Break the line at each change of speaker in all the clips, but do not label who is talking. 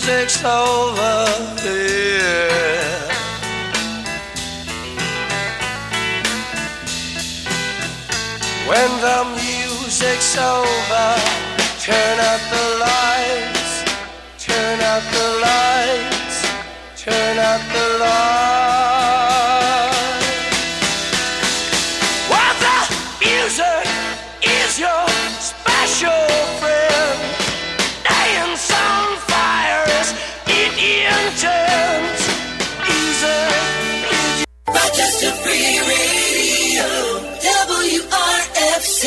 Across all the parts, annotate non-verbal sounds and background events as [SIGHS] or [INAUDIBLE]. takes over here. When the music's over, turn out the lights, turn out the lights, turn out the lights. What the music is your special friend. Dying's on fire is it intense? Easy, easy.
Rochester Free Radio, WRFC.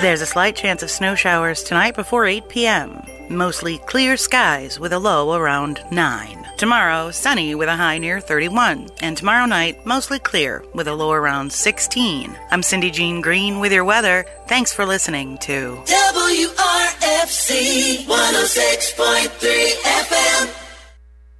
There's a slight chance of snow showers tonight before 8 p.m. Mostly clear skies with a low around 9. Tomorrow, sunny with a high near 31. And tomorrow night, mostly clear with a low around 16. I'm Cindy Jean Green with your weather. Thanks for listening to.
WRFC 106.3 FM.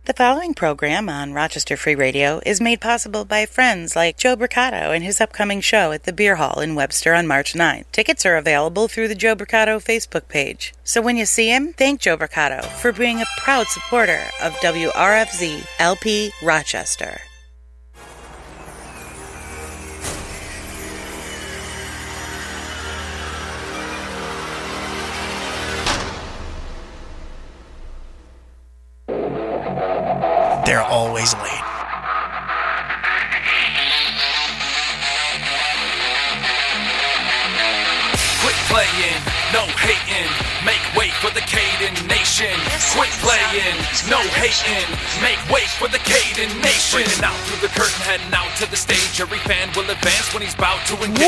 The following program on Rochester Free Radio is made possible by friends like Joe Bricado and his upcoming show at the Beer Hall in Webster on March 9th. Tickets are available through the Joe Bricado Facebook page. So when you see him, thank Joe Bricado for being a proud supporter of WRFZ LP Rochester.
They're always late.
Quit playing, no hating, make way for the Caden Nation. Quit playing, no hating, make way for the Caden Nation. Bringing out through the curtain, heading out to the stage. Every fan will advance when he's about to engage.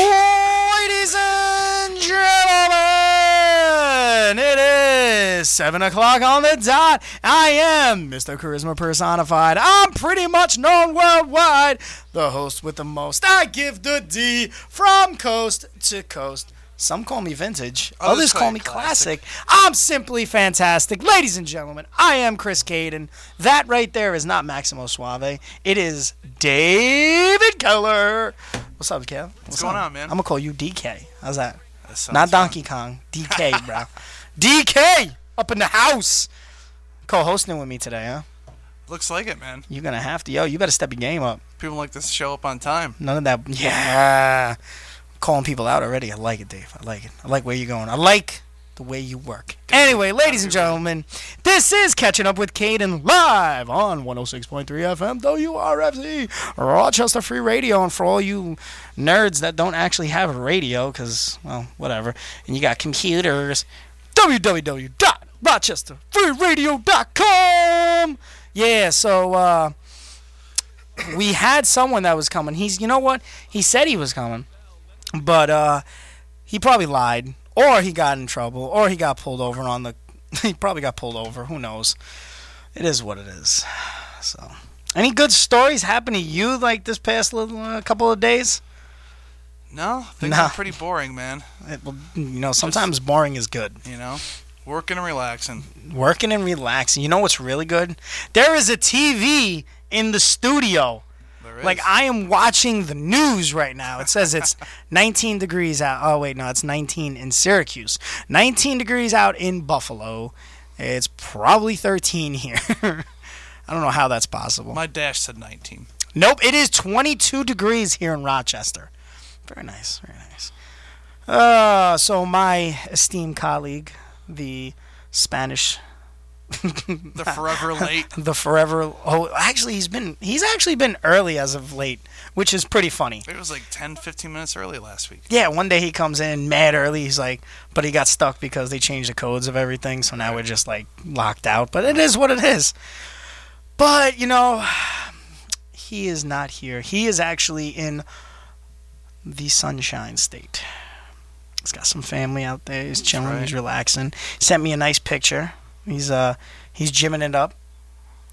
Ladies and gentlemen, it is 7 o'clock on the dot. I am Mr. Charisma Personified. I'm pretty much known worldwide. The host with the most. I give the D from coast to coast. Some call me vintage, others, call, me classic. I'm simply fantastic. Ladies and gentlemen, I am Chris Caden. That right there is not Maximo Suave. It is David Keller. What's up, Kev? What's,
going
up?
on, man?
I'm gonna call you DK. How's that?
sounds
Not Donkey Kong. DK, bro. DK up in the house. Co-hosting with me today, huh?
Looks like it, man.
You're gonna have to. Yo, you better step your game up.
People like this show up on time.
None of that. Yeah. Calling people out already. I like it, Dave. I like it. I like where you're going. I like the way you work. Anyway, ladies and gentlemen, this is Catching Up with Caden live on 106.3 FM WRFZ, Rochester Free Radio. And for all you nerds that don't actually have a radio, because, well, whatever, and you got computers, www.rochesterfreeradio.com. Yeah, so, uh, we had someone that was coming. He's you know what? He said he was coming. But uh he probably lied or he got in trouble or he got pulled over on the [LAUGHS] he probably got pulled over, who knows. It is what it is. So, any good stories happen to you like this past little uh, couple of days?
No, things
Nah.
are pretty boring, man.
It, well, you know, sometimes boring is good.
You know, working and relaxing.
Working and relaxing. You know what's really good? There is a TV in the studio.
There is.
Like I am watching the news right now. It says
[LAUGHS]
it's 19 degrees out. Oh wait, no, it's 19 in Syracuse. 19 degrees out in Buffalo. It's probably 13 here. [LAUGHS] I don't know how that's possible.
my dash said 19.
Nope, it is 22 degrees here in Rochester. Very nice, very nice. Uh, so my esteemed colleague, the Spanish
The forever late.
the forever oh actually he's been he's actually been early as of late which is pretty funny
It was like 10, 15 minutes early last week.
Yeah, one day he comes in mad early. He's like, but he got stuck because they changed the codes of everything. So now we're just like locked out. But it is what it is. But, you know, [SIGHS] he is not here. He is actually in the Sunshine State. He's got some family out there. He's chilling. He's relaxing. Sent me a nice picture. He's uh he's gymming it up.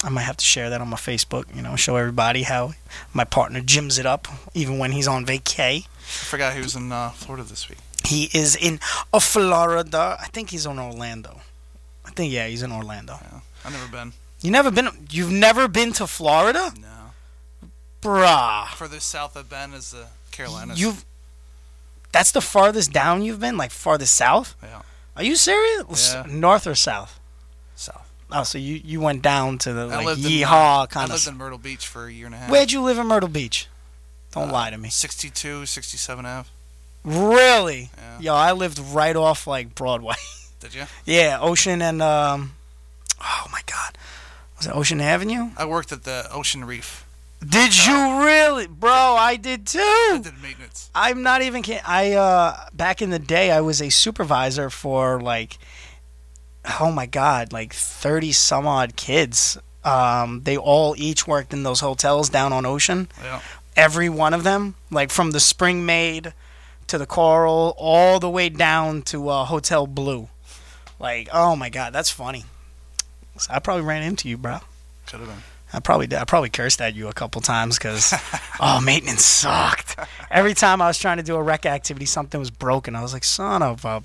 I might have to share that on my Facebook, you know, show everybody how my partner gyms it up even when he's on vacay.
I forgot he was in uh, Florida this week.
He is in uh, Florida. I think he's in Orlando. I think yeah, he's in Orlando.
Yeah. I've never been.
You never been? You've never been to Florida,
No.
bruh?
Further south I've been is the Carolinas.
You've. That's the farthest down you've been, like farthest south.
Yeah.
Are you serious? S-
Yeah.
North or south?
south.
Oh, so you, you went down to the
I
like
lived in-
yeehaw
I
kind
lived
of.
in Myrtle Uh, Beach for a year and a half.
Where'd you live in Myrtle Beach? Don't lie to me.
62, 67 Ave.
Really?
Yeah.
Yo, I lived right off like Broadway.
Did you?
yeah, Ocean and um. Oh my God, was it Ocean Avenue?
I worked at the Ocean Reef.
Did you really, bro? I did
I
too.
did maintenance.
I'm not even kidding. I uh, back in the day, I was a supervisor for like, oh my god, like thirty some odd kids. Um, they all each worked in those hotels down on Ocean.
Yeah.
Every one of them, like from the Spring Maid to the Coral, all the way down to uh, Hotel Blue. Like, oh my god, that's funny. So I probably ran into you, bro.
Could have been.
I probably did. I probably cursed at you a couple times
[LAUGHS]
because oh maintenance sucked. Every time I was trying to do a rec activity, something was broken. I was like, son of a.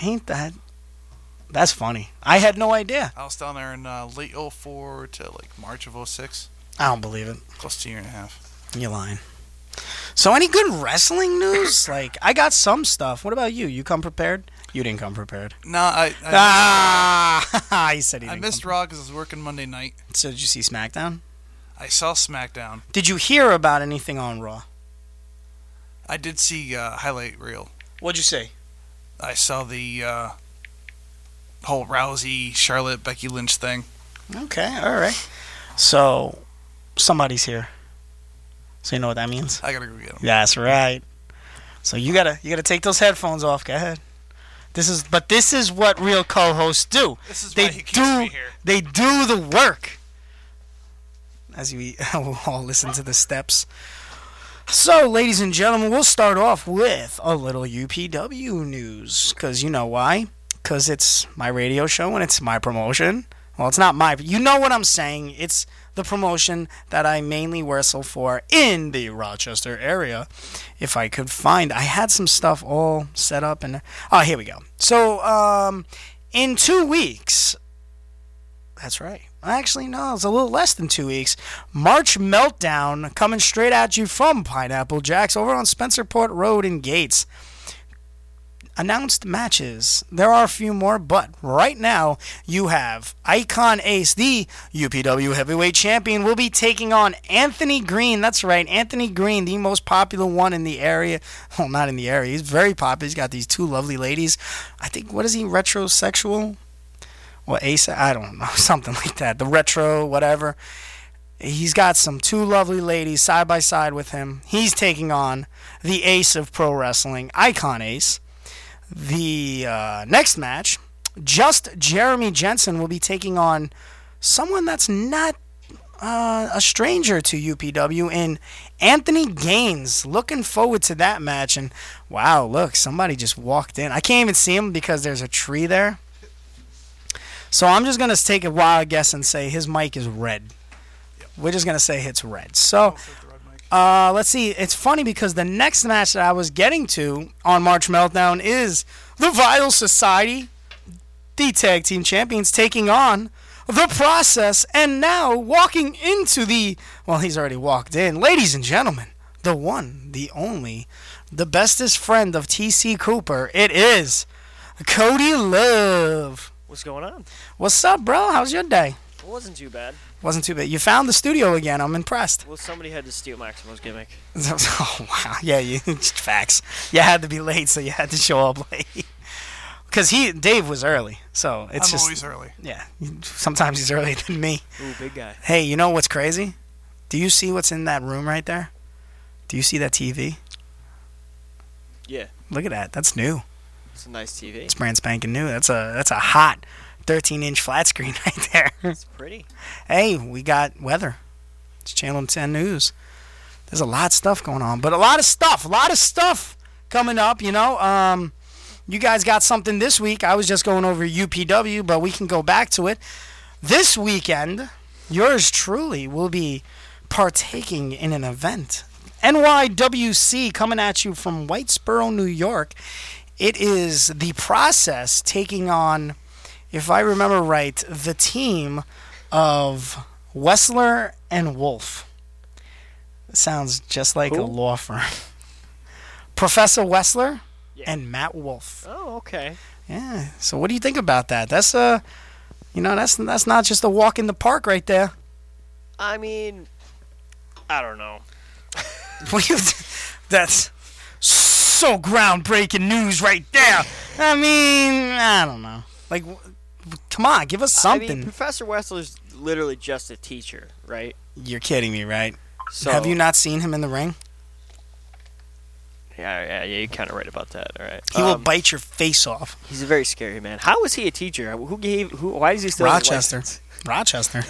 Ain't that? That's funny. I had no idea.
I was down there in uh, late 04 to like March of 06.
I don't believe it.
Close to a year and a half.
You're lying. So any good wrestling news? Like I got some stuff. What about you? You come prepared? You didn't come prepared.
No, I I,
Ah, [LAUGHS] he said he
I
didn't.
missed
come-
Raw because I was working Monday night.
So did you see SmackDown?
I saw SmackDown.
Did you hear about anything on Raw?
I did see uh, highlight reel.
What'd you say?
I saw the uh, whole Rousey, Charlotte, Becky Lynch thing.
Okay, all right. So somebody's here. So you know what that means?
I gotta go get them.
That's right. So you gotta you gotta take those headphones off. Go ahead. This is but this is what real co-hosts do.
This is
they
why he keeps
do
me here.
they do the work. As we [LAUGHS] we'll all listen to the steps. So, ladies and gentlemen, we'll start off with a little UPW news because you know why? Because it's my radio show and it's my promotion. Well, it's not my, you know what I'm saying. It's the promotion that I mainly wrestle for in the Rochester area. If I could find, I had some stuff all set up and oh, here we go. So, um, in two weeks, that's right. Actually, no, it's a little less than two weeks. March Meltdown coming straight at you from Pineapple Jacks over on Spencerport Road in Gates. Announced matches. There are a few more, but right now you have Icon Ace, the UPW Heavyweight Champion, will be taking on Anthony Green. That's right, Anthony Green, the most popular one in the area. Well, not in the area. He's very popular. He's got these two lovely ladies. I think, what is he, retrosexual? or Ace, I don't know, [LAUGHS] something like that. The retro, whatever. He's got some two lovely ladies side by side with him. He's taking on the ace of pro wrestling, Icon Ace. The uh, next match, just Jeremy Jensen will be taking on someone that's not uh, a stranger to UPW in Anthony Gaines. Looking forward to that match. And wow, look, somebody just walked in. I can't even see him because there's a tree there. So I'm just gonna take a wild guess and say his mic is red. We're just gonna say it's red. So, uh, let's see. It's funny because the next match that I was getting to on March Meltdown is the Vital Society, the tag team champions, taking on the process, and now walking into the well, he's already walked in, ladies and gentlemen, the one, the only, the bestest friend of TC Cooper. It is Cody Love.
What's going on?
What's up, bro? How's your day?
It wasn't too bad.
Wasn't too bad. You found the studio again. I'm impressed.
Well, somebody had to steal Maximo's gimmick.
[LAUGHS] oh wow, yeah, you [LAUGHS] facts. You had to be late, so you had to show up [LAUGHS] late. Cause he Dave was early, so it's
I'm
just
always early.
yeah. Sometimes he's earlier than me.
Ooh, big guy.
Hey, you know what's crazy? Do you see what's in that room right there? Do you see that TV?
Yeah,
Look at that. That's new.
it's a nice TV.
It's brand spanking new. That's a that's a hot 13 inch flat screen [LAUGHS] right there.
It's pretty.
hey, we got weather. It's Channel 10 News. There's a lot of stuff going on, but a lot of stuff, a lot of stuff coming up, you know. Um, you guys got something this week. I was just going over UPW, but we can go back to it. This weekend, yours truly will be partaking in an event. NYWC coming at you from Whitesboro, New York. It is the process taking on, if I remember right, the team of Wessler and Wolf. Sounds just like a law firm. [LAUGHS] Professor Wessler
Yeah.
and Matt Wolf.
Oh, okay.
Yeah. So what do you think about that? That's uh you know, that's that's not just a walk in the park right there. [LAUGHS]
I mean, I don't know.
What you- that's so groundbreaking news right there. I mean, I don't know. Like w- w- come on, give us something.
I mean, Professor Wessler's literally just a teacher, right?
You're kidding me, right?
So
Have you not seen him in the ring?
Yeah, yeah, yeah you're kind of right about that. All right.
He will
Um,
bite your face off.
He's a very scary man. How was he a teacher? Who gave? Who? Why is he
[LAUGHS]
still
Rochester. Rochester.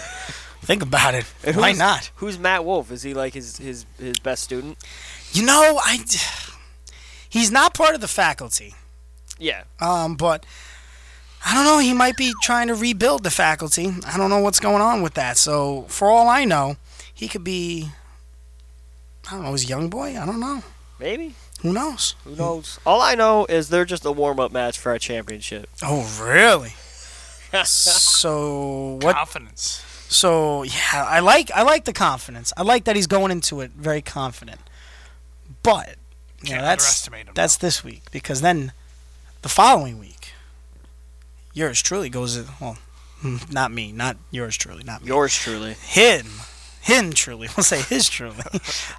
Think about it.
Like,
Why not?
Who's Matt Wolf? Is he like his his his best student?
You know, I he's not part of the faculty.
Yeah.
Um, but I don't know. He might be trying to rebuild the faculty. I don't know what's going on with that. So for all I know, he could be. I don't know. His young boy. I don't know.
Maybe.
Who knows?
Who knows? All I know is they're just a warm up match for our championship.
Oh, really? [LAUGHS] so what?
Confidence.
So yeah, I like I like the confidence. I like that he's going into it very confident. But you know,
Can't
that's
underestimate him,
that's this week because then the following week, yours truly goes. Well, mm, not me, not yours truly, not me.
Yours truly.
him, him truly. [LAUGHS] We'll say his
[LAUGHS]
truly.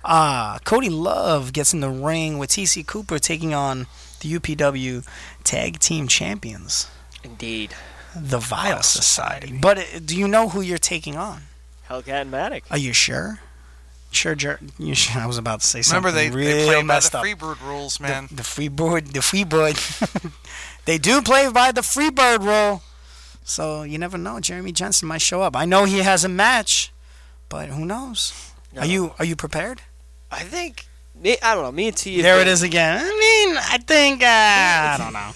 Uh, Cody Love gets in the ring with TC Cooper taking on the UPW Tag Team Champions,
Indeed.
the Vile Society. But uh, do you know who you're taking on?
Hellcat and Matic.
Are you sure? Sure, jer- you sure? I was about to say something.
Remember they,
real
they play by
messed
the
up.
freebird rules, man.
the freebird, the freebird. [LAUGHS] they do play by the freebird rule, so you never know. Jeremy Jensen might show up. I know he has a match, but who knows? Are you are you prepared?
I think. me- I don't know. Me and T. have
There it
been-
is again. I mean, I think uh, I don't know.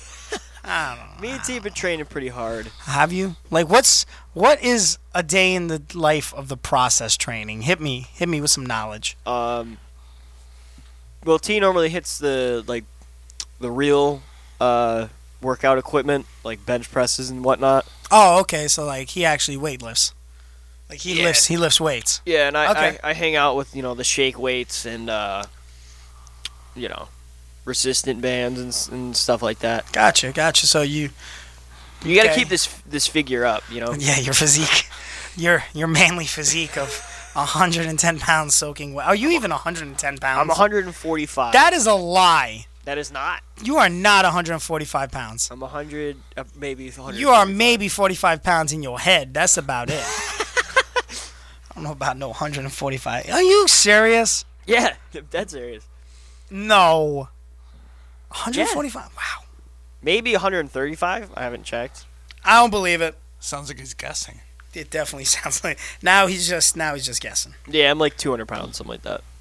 Me and T. have been training pretty hard.
Have you? Like, what's what is a day in the life of the process training? Hit me, hit me with some knowledge.
Um, well, T normally hits the like the real uh, workout equipment, like bench presses and whatnot.
Oh, okay. So like he actually weight lifts. Like he
Yeah.
lifts he lifts weights.
Yeah, and I,
Okay.
I I hang out with you know the shake weights and uh, you know resistant bands and, s- and stuff like that.
Gotcha, gotcha. So you
You got to
Okay.
keep this this figure up, you
[LAUGHS]
know.
Yeah, your physique. Your your manly physique of hundred and ten pounds soaking wet. Are you even hundred and ten pounds?
I'm 145.
That is a lie.
that is not.
You are not hundred and forty five pounds.
I'm 100, uh, maybe 100.
You are maybe 45 pounds in your head. That's about it. I don't know about no 145. Are you serious?
[LAUGHS] Yeah, [LAUGHS] that's serious.
No. 145? Wow.
Maybe 135. I haven't checked.
I don't believe it.
Sounds like he's guessing.
It definitely [LAUGHS] sounds like now he's just now he's just guessing.
Yeah, I'm like 200 pounds, something like that. [LAUGHS]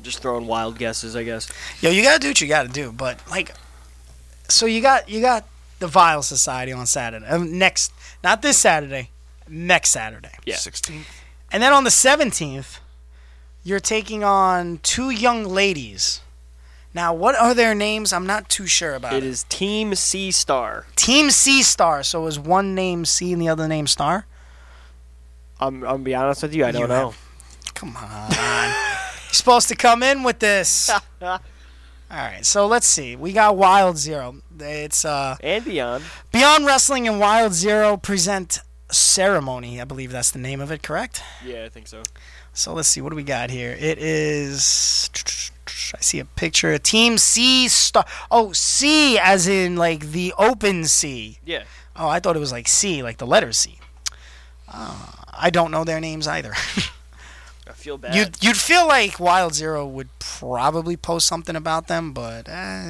Just throwing wild guesses, I guess.
Yo, you gotta do what you gotta do, but like, so you got you got the Vile Society on Saturday um, next, not this Saturday, next Saturday.
Yeah.
16.
And then on the 17th, you're taking on two young ladies. Now, what are their names? I'm not too sure about
It
it.
is Team C Star.
Team C Star. So is one name C and the other name Star?
I'm, I'm gonna be honest with you, I don't
You
know.
Come on. [LAUGHS] you're supposed to come in with this. All right. So let's see. We got Wild Zero. It's uh,
And beyond.
Beyond Wrestling and Wild Zero present Ceremony. I believe that's the name of it, correct?
Yeah, I think so.
So let's see what do we got here. It is I see a picture. of Team C star. Oh, C as in like the open C.
Yeah.
Oh, I thought it was like C, like the letter C. Uh, I don't know their names either. [LAUGHS]
I feel bad.
you'd you'd feel like Wild Zero would probably post something about them, but uh,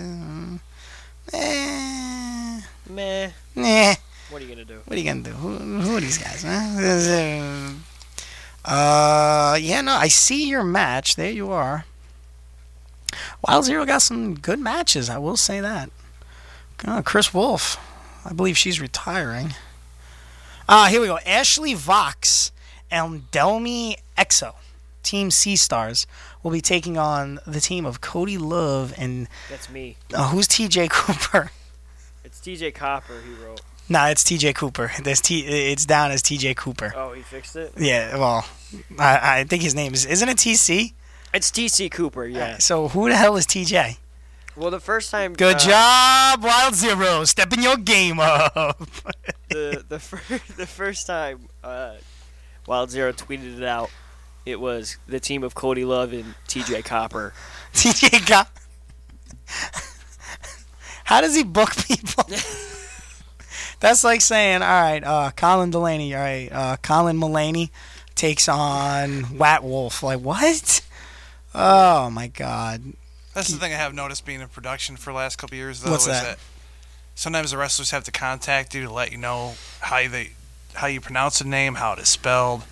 eh,
Meh.
eh.
What are you gonna do?
What are you gonna do? Who, who are these guys? Huh? Uh, yeah, no, I see your match. There you are. Wild Zero got some good matches. I will say that. Uh, Chris Wolf, I believe she's retiring. Ah, here we go. Ashley Vox and Delmi Exo, Team C Stars, will be taking on the team of Cody Love and
That's me.
uh, who's TJ Cooper? [LAUGHS]
It's TJ Copper he wrote.
Nah, it's TJ Cooper. There's T. It's down as TJ Cooper.
Oh, he fixed it?
Yeah, well, I, I think his name is isn't it TC.
It's TC Cooper, yeah.
So who the hell is TJ?
Well, the first time.
Good
uh,
job, Wild Zero. Stepping your game [LAUGHS] up.
the the first [LAUGHS] the first time uh, Wild Zero tweeted it out, it was the team of Cody Love and T.J. Copper.
TJ got. [LAUGHS] How does he book [LAUGHS] people? That's like saying, all right, uh, Colin Delaney, all right, uh, Colin Mulaney takes on Wat Wolf. Like what? Oh my God!
That's the thing I have noticed being in production for the last couple of years, though,
What's
is
that?
that? sometimes the wrestlers have to contact you to let you know how they how you pronounce a name, how it is spelled.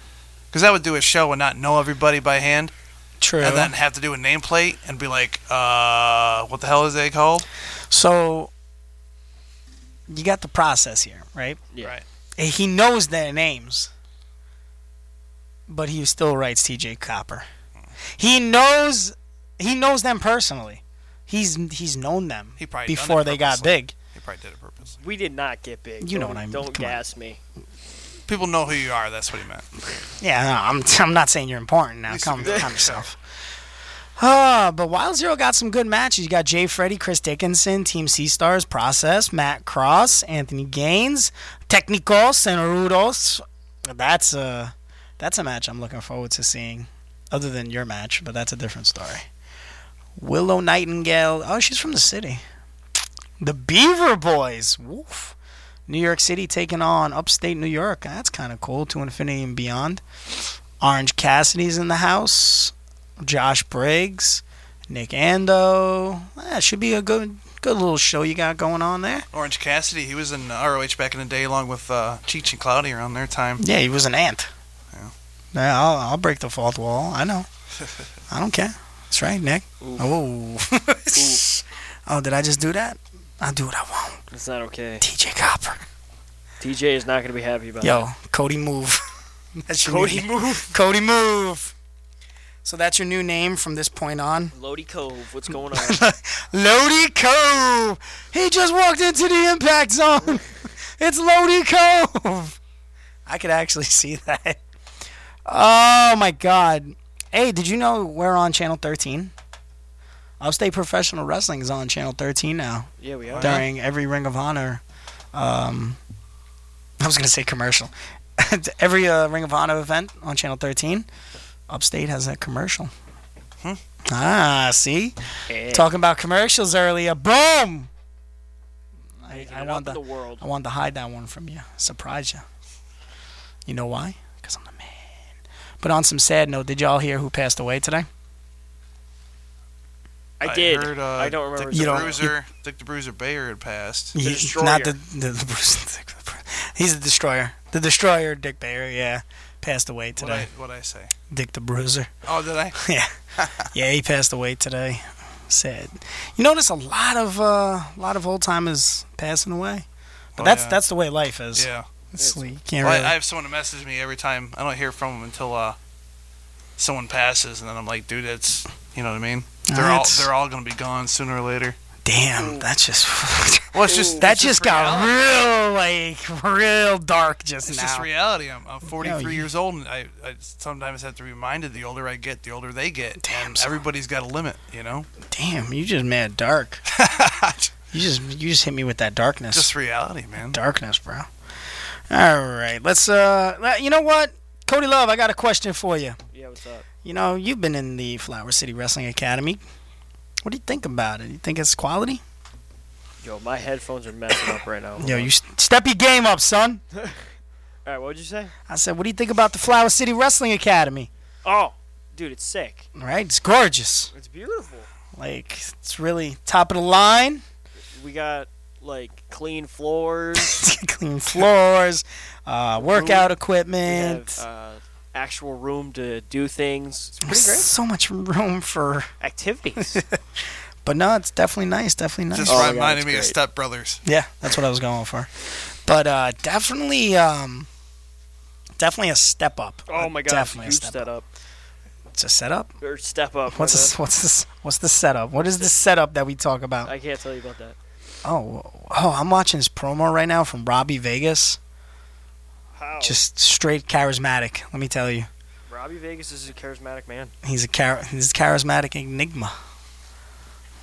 Because I would do a show and not know everybody by hand,
True.
and then have to do a nameplate and be like, uh, what the hell is they called?
so you got the process here, right?
Yeah.
Right.
And He knows their names, but he still writes T.J. Copper. He knows he knows them personally. He's he's known them
He probably done
before
it
they got
purposely.
big.
They probably did it purposely.
We did not get big.
You know
Don't-
what I mean.
Don't
Come on.
gas me.
People know who you are. That's what he meant.
Yeah, no, I'm [LAUGHS] I'm not saying you're important now.
Used to
Calm,
be.
calm yourself. Uh, but Wild Zero got some good matches. You got Jay Freddy, Chris Dickinson, Team C Stars, Process, Matt Cross, Anthony Gaines, Technicos, and Rudos. That's a that's a match I'm looking forward to seeing. Other than your match, but that's a different story. Willow Nightingale. Oh, she's from the city. The Beaver Boys. Woof. New York City taking on upstate New York. That's kind of cool. To infinity and beyond. Orange Cassidy's in the house. Josh Briggs, Nick Ando. That should be a good, good little show you got going on there.
Orange Cassidy, he was in ROH back in the day, along with uh, Cheech and Cloudy around their time.
Yeah, he was an ant.
Yeah.
Yeah, I'll, I'll break the fourth wall. I [LAUGHS] know. I don't care. That's right, Nick. Oh. [LAUGHS] oh, did I just do that? I'll do what I want.
It's not okay.
TJ [LAUGHS] Copper.
T.J. is not going to be happy about
Yo, Cody move. [LAUGHS] That's your Cody move. Cody move. So that's your new name from this point on.
it. Lodi Cove, what's
[LAUGHS]
going on?
Lodi Cove. He just walked into the impact zone. [LAUGHS] It's Lodi Cove. I could actually [LAUGHS] see that. Oh my god. Hey, did you know we're on channel 13? Upstate Professional Wrestling is on channel 13 now
Oh, yeah, we are.
during every Ring of Honor um I was going to say commercial. [LAUGHS] every uh, Ring of Honor event on channel 13, Upstate has a commercial. Ah, see?
Eh,
Talking about commercials earlier. Boom! I,
making
I
it
want
up in the
to,
world.
I want to hide that one from you. Surprise you. You know why? Because I'm the man. But on some sad note, did y'all hear who passed away today?
I did.
heard, uh,
I don't remember.
Dick
You
the
don't-
Bruiser, Dick the Bruiser Bayer had passed.
He-
Destroyer.
Not the, the, the Bruce- [LAUGHS] He's the destroyer. The destroyer, Dick Bayer. Yeah, passed away
What I
today.
what I say?
Dick the Bruiser. [LAUGHS]
Oh, did I? [LAUGHS]
Yeah, yeah, he passed away today. Sad. You notice a lot of a uh, lot of old timers passing away, but
Oh,
that's
yeah.
that's the way life is.
Yeah.
It's like you can't
Well, I-
really-
I, have someone to message me every time. I don't hear from them until uh, someone passes, and then I'm like, dude, that's you know what I mean. They're all
That's-
they're all gonna be gone sooner or later.
Damn, that's just [LAUGHS]
Well, it's just
that
it's
just got
reality.
real like real dark just
It's
now.
just reality. I'm, I'm 43
you-
years old, and I, I sometimes have to be reminded. The older I get, the older they get.
Damn,
and
son.
everybody's got a limit, you know.
Damn, you just mad
[LAUGHS]
dark. You just you just hit me with that darkness.
just reality, man.
darkness, bro. All right, let's uh, let- you know what, Cody Love, I got a question for you.
Yeah, what's up?
You know, you've been in the Flower City Wrestling Academy. What do you think about it? You think it's quality?
Yo, my headphones are messing up right now.
Yo, you s- step your game up, son.
All right, what would you say?
I said, what do you think about the Flower City Wrestling Academy?
Oh, dude, it's sick.
All right, it's gorgeous.
It's beautiful.
Like it's really top of the line. [LAUGHS]
We got like clean floors.
clean floors, uh, workout
we
equipment.
have uh, actual room to do things. It's
[LAUGHS]
pretty great.
so much room for, [LAUGHS]
Activities.
but no, it's definitely nice. Definitely nice.
Just
Oh my God,
reminded
it's
me of
great.
Step Brothers.
Yeah, that's what I was going for. But uh, definitely, um, definitely a step up.
oh my god,
definitely
huge
a step,
step up.
up. It's a setup.
Or step up.
What's
my
this? What's this? What's the setup? What is the setup that we talk
bad.
about?
I can't tell you about that.
Oh, oh, I'm watching this promo right now from Robbie Vegas.
How?
Just straight charismatic. Let me tell you,
Robbie Vegas is a charismatic man.
he's a char- he's a charismatic enigma.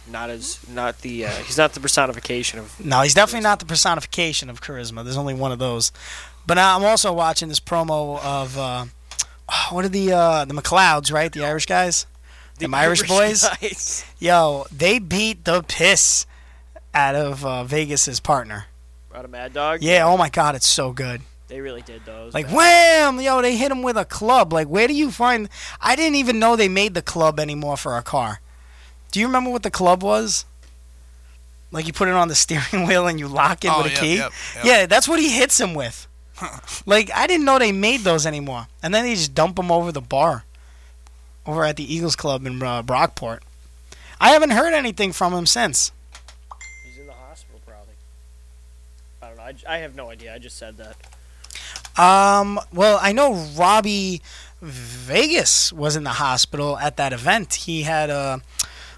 not as not the uh, he's not the personification of
No, he's definitely not the personification of charisma. There's only one of those. But now I'm also watching this promo of uh, what are the uh, the McLeods, right? The Irish guys, the them Irish, boys.
[LAUGHS] guys.
Yo, they beat the piss out of uh, Vegas's partner.
out of Mad Dog.
Yeah, oh my god, it's so good.
they really did those.
Like wham, yo, they hit him with a club. Like where do you find? I didn't even know they made the club anymore for a car. Do you remember what the club was? Like you put it on the [LAUGHS] steering wheel and you lock it
Oh,
with a
yep,
key.
yep, yep.
Yeah, that's what he hits him
[LAUGHS]
with. like I didn't know they made those anymore. And then they just dump him over the bar, over at the Eagles Club in uh, Brockport. I haven't heard anything from him since.
he's in the hospital probably. I don't know. I, j- I have no idea. I just said that.
Um, well, I know Robbie Vegas was in the hospital at that event. He had a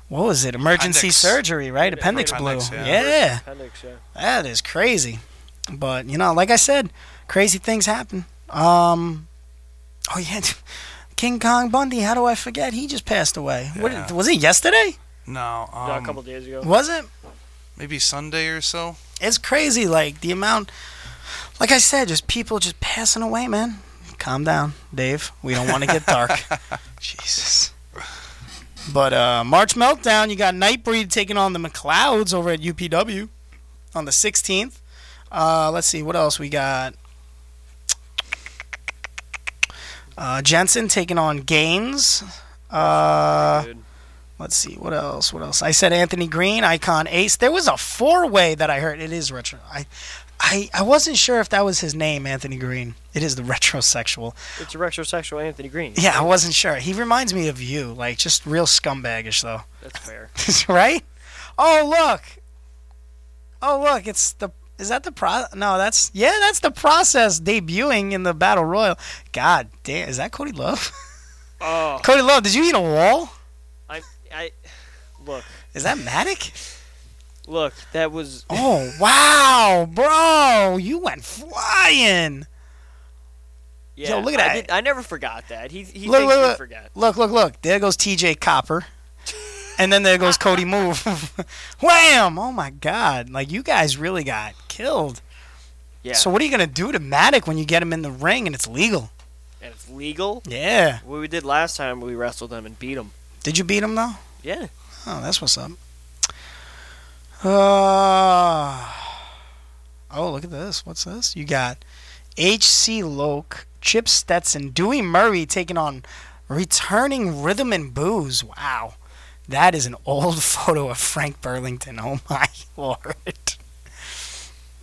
what was it? Emergency
Appendix.
surgery, right? Appendix,
Appendix,
blew.
yeah.
Yeah.
Appendix, yeah.
that is crazy. But you know, like I said, crazy things happen. Um, oh yeah, [LAUGHS] King Kong Bundy. How do I forget? He just passed away.
Yeah.
What, was it yesterday?
No,
No, a
um,
couple days ago.
Was it?
maybe Sunday or so.
It's crazy. Like the amount. Like I said, just people just passing away, man. Calm down, Dave. We don't want to get dark. Jesus. But uh, March Meltdown, you got Nightbreed taking on the McLeods over at UPW on the 16th. Uh, let's see, what else we got? Uh, Jensen taking on Gaines. Uh,
Dude.
let's see, what else? What else? I said Anthony Green, Icon Ace. There was a four way that I heard. It is retro. I, I, I wasn't sure if that was his name, Anthony Green. It is the [LAUGHS] retrosexual.
It's a retrosexual Anthony Green.
Yeah, I wasn't sure. He reminds me of you, like just real scumbagish though, [LAUGHS]
That's fair.
right? Oh look, oh look, it's the is that the pro? No, that's yeah, that's the process debuting in the battle royal. God damn, is that Cody Love? [LAUGHS]
Oh,
Cody Love, did you eat a wall?
I, I, look,
Is that Matic?
look. That was
Oh wow, bro, you went flying.
yeah.
Yo, look at
I
that.
did- I never forgot that. He he
Look, look,
thinks he
look.
forgot.
Look, look, look. There goes TJ Copper. And then there goes Cody Move. [LAUGHS] Wham! Oh my god. Like you guys really got killed.
Yeah.
So what are you gonna do to Matic when you get him in the ring and it's legal?
and it's legal.
Yeah.
What we did last time, we wrestled him and beat him.
Did you beat him though?
Yeah.
Oh, that's what's up. Uh, oh, look at this. What's this? You got H.C. Loke, Chip Stetson, Dewey Murray taking on returning Rhythm and Booze. Wow. That is an old [LAUGHS] photo of Frank Burlington. Oh, my [LAUGHS] lord.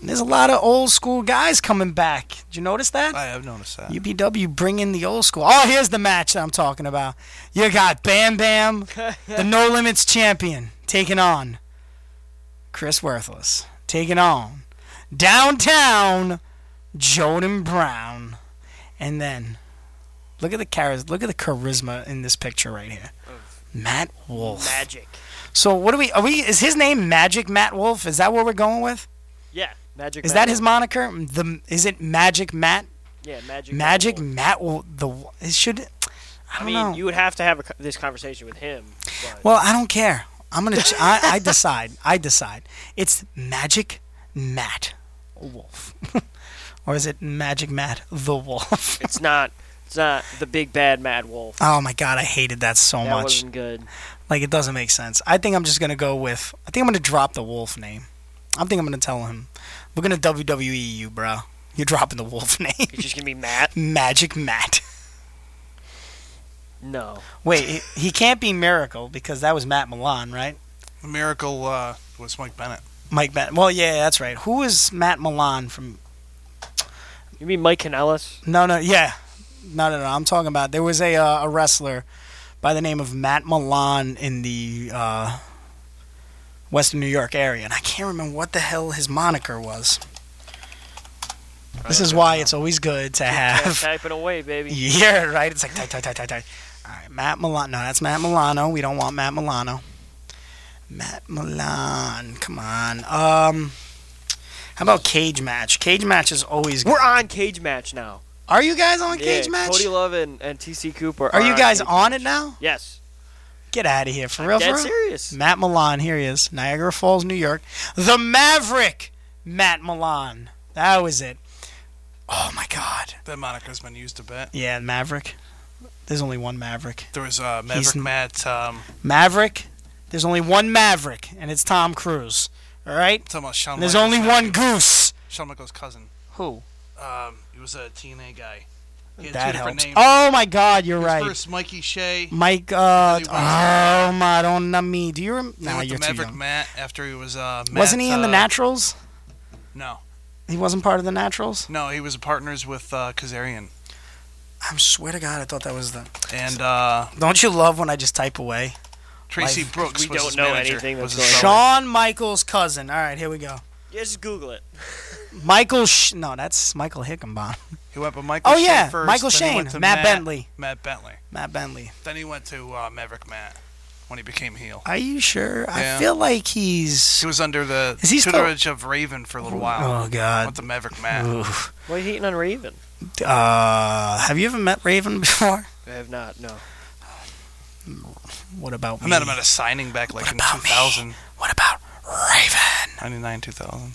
There's a lot of old school guys coming back. Did you notice that?
I have noticed that.
UPW bring in the old school. Oh, here's the match that I'm talking about. You got Bam
[LAUGHS]
Bam, the No Limits champion, taking on Chris Worthless, taking on Downtown Jordan Brown, and then look at the charis- look at the charisma in this picture right here. Matt Wolf.
Magic.
So what do we? Are we? Is his name Magic Matt Wolf? Is that what we're going with?
Yeah. Magic.
Is
Matt
that his
Wolf.
moniker? The is it Magic Matt?
Yeah. Magic. Matt
Magic
Wolf.
Matt will the it should. I
I
don't
mean,
know.
you would have to have a, co- this conversation with him. But
well, I don't care. I'm gonna. Ch- I, I decide. I decide. It's Magic Matt Wolf, [LAUGHS] or is it Magic Matt the Wolf? [LAUGHS]
it's not. It's not the big bad Mad Wolf.
oh my god, I hated that so
That
much.
wasn't good.
Like it doesn't make sense. I think I'm just gonna go with. I think I'm gonna drop the Wolf name. I think I'm gonna tell him we're gonna WWE you, bro. You're dropping the Wolf [LAUGHS] name.
He's just gonna be Matt.
Magic Matt.
No.
Wait, he, he can't be Miracle because that was Matt Milan, right?
The miracle uh, was Mike Bennett.
Mike Matt. Well, yeah, that's right. Who is Matt Milan from?
You mean Mike Kanellis?
[LAUGHS] No, no, yeah, no, no, no. I'm talking about there was a uh, a wrestler by the name of Matt Milan in the uh, Western New York area, and I can't remember what the hell his moniker was. This is why it's always good to
Yeah,
have.
typing away, baby.
Yeah, right. It's like tight, tight, tight, tight, tight. All right, Matt Milano. No, that's Matt Milano. We don't want Matt Milano. Matt Milan. Come on. Um, how about cage match? Cage match is always. good.
We're on Cage Match now.
Are you guys on
Yeah,
cage match?
Cody Love and, and TC Cooper.
Are you
on
guys
Cage
on
Match.
it now?
Yes.
Get out of here. For real, for
Dead
real?
serious.
Matt Milan, here he is. Niagara Falls, New York. The Maverick, Matt Milan. That was it. Oh, my God.
That moniker's been used a bit.
Yeah, Maverick. There's only one Maverick.
There was uh, Maverick
He's-
Matt. Um,
Maverick. There's only one Maverick, and it's Tom Cruise. All right?
talking about Shawn.
And there's
Michaels'
only
son.
one goose.
Shawn Michaels' cousin.
Who?
Um, he was a TNA guy. He had
That
two different
helps.
names.
Oh, my God. You're
His
right.
First, Mikey Shea.
Mike, uh,
Really
oh, Madonna me. Do you remember?
Then
No,
went
you're
to
too
Maverick
young.
Matt after he was uh, Matt,
Wasn't he in the
uh,
Naturals?
No,
He wasn't part of the Naturals.
no, he was partners with uh, Kazarian.
I swear to God, I thought that was the.
And uh,
Don't you love when I just type away?
Tracy
Life-
Brooks
we
was
don't
his
know
manager,
anything
was
that's
his
going
brother.
Shawn Michaels' cousin. All right, here we go.
Yeah, just Google it.
Michael. Sh- no, that's Michael Hickenbottom.
He went with Michael.
Oh
Shea
yeah,
first,
Michael
then he
Shane,
went to
Matt, Bentley,
Matt Bentley.
Matt Bentley.
Then he went to uh, Maverick Matt when he became heel.
Are you sure? I
Yeah.
feel like
He
he's.
was under the
Is he still-
tutelage of Raven for a little while.
Oh
Went
God.
to Maverick Matt.
Oof.
Why are you hating on Raven?
Uh, have you ever met Raven before?
I have not. No.
What about me?
I met him at a signing back like
What
in
about me?
2000,
What about Raven?
99, 2000.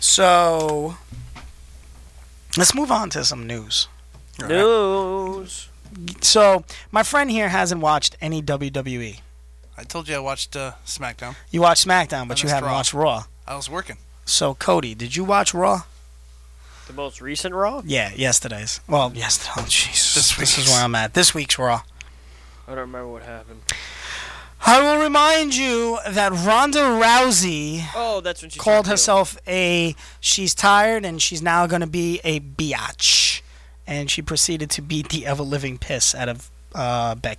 So let's move on to some news.
News.
So my friend here hasn't watched any WWE.
I told you I watched uh, SmackDown.
You watched SmaCdown, but
I
you
missed
haven't
Raw.
watched Raw.
I was working.
So Cody, did you watch Raw?
The most recent Raw.
Yeah, yesterday's. Well, yesterday. Oh, jeez.
This
This is
week's.
where I'm at. This week's Raw.
I don't remember what happened.
I will remind you that Ronda Rousey
Oh, that's when she
called
turned heel.
herself a she's tired and she's now going to be a biatch and she proceeded to beat the ever living piss out of uh Beck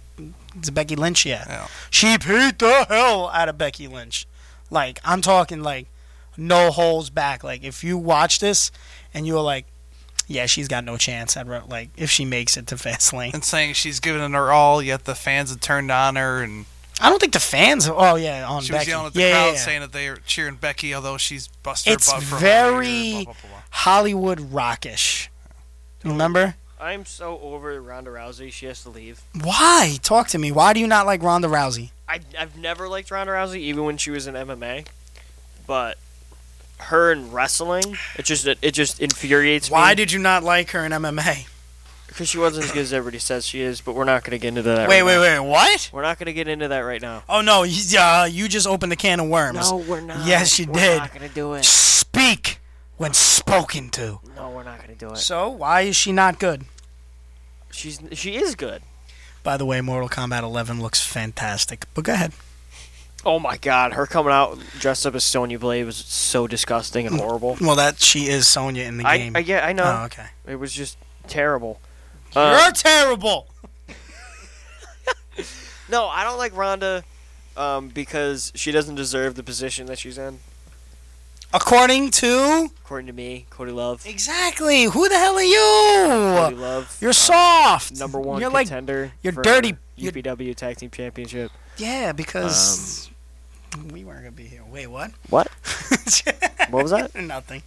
it's Becky Lynch yeah.
Yeah.
she beat the hell out of Becky Lynch like I'm talking like no holds back like if you watch this and you're like yeah she's got no chance I'd ru- like if she makes it to [LAUGHS] Fastlane
and saying she's giving it her all, yet the fans had turned on her, and
I don't think the fans oh yeah on
she
Becky
was yelling at the
yeah, yeah,
crowd
yeah.
saying that they are cheering Becky, although she's busted
it's
her butt for her
very
later, blah, blah, blah,
Hollywood rockish remember
I'm so over Ronda Rousey. She has to leave.
Why? Talk to me. Why do you not like Ronda Rousey?
I, I've never liked Ronda Rousey, even when she was in MMA. But her in wrestling, it just it, it just infuriates me.
did you not like her in MMA?
Because she wasn't as good as everybody says she is. But we're not going to get into that.
Wait,
right
wait,
now.
wait. What?
We're not going to get into that right now.
Oh no, you, uh, you just opened the can of worms.
No, we're not.
Yes, you
we're
did.
not going to do it.
Speak when spoken to.
No, we're not going to do it.
So why is she not good?
She's she is good.
By the way, Mortal Kombat 11 looks fantastic. But go ahead.
Oh my god, her coming out dressed up as Sonya Blade was so disgusting and horrible.
Well, that she is Sonya in the
I,
game.
I yeah, I know.
oh, okay.
It was just terrible. Uh,
You're terrible.
No, I don't like Ronda um, because she doesn't deserve the position that she's in,
According to
according to me, Cody Love.
exactly who the hell are
Cody
you?
Love.
You're
uh,
soft.
Number one
You're like
contender.
you're
for
dirty- you're-
UPW Tag Team Championship.
yeah because
Um,
we weren't gonna be here. Wait, what?
[LAUGHS] What? What was
[LAUGHS]
that?
Nothing.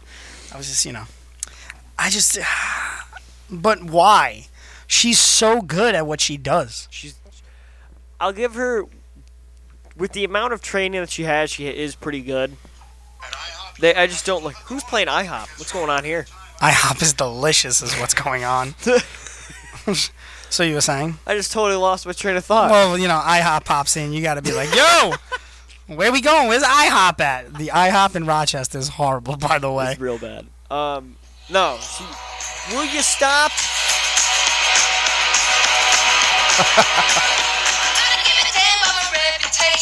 I was just, you know, I just. [SIGHS] But why? She's so good at what she does.
[LAUGHS] She's. I'll give her. With the amount of training that she has, she is pretty good. They, I just don't like. Who's playing IHOP? What's going on here?
IHOP is delicious, is what's going
[LAUGHS]
on. so you were saying?
I just totally lost my train of thought.
Well, you know, IHOP pops in. You got to be like, yo, where we going? Where's IHOP at? The IHOP in Rochester is horrible, by the
[LAUGHS]
way.
It's real bad. Um, no. She, will you stop?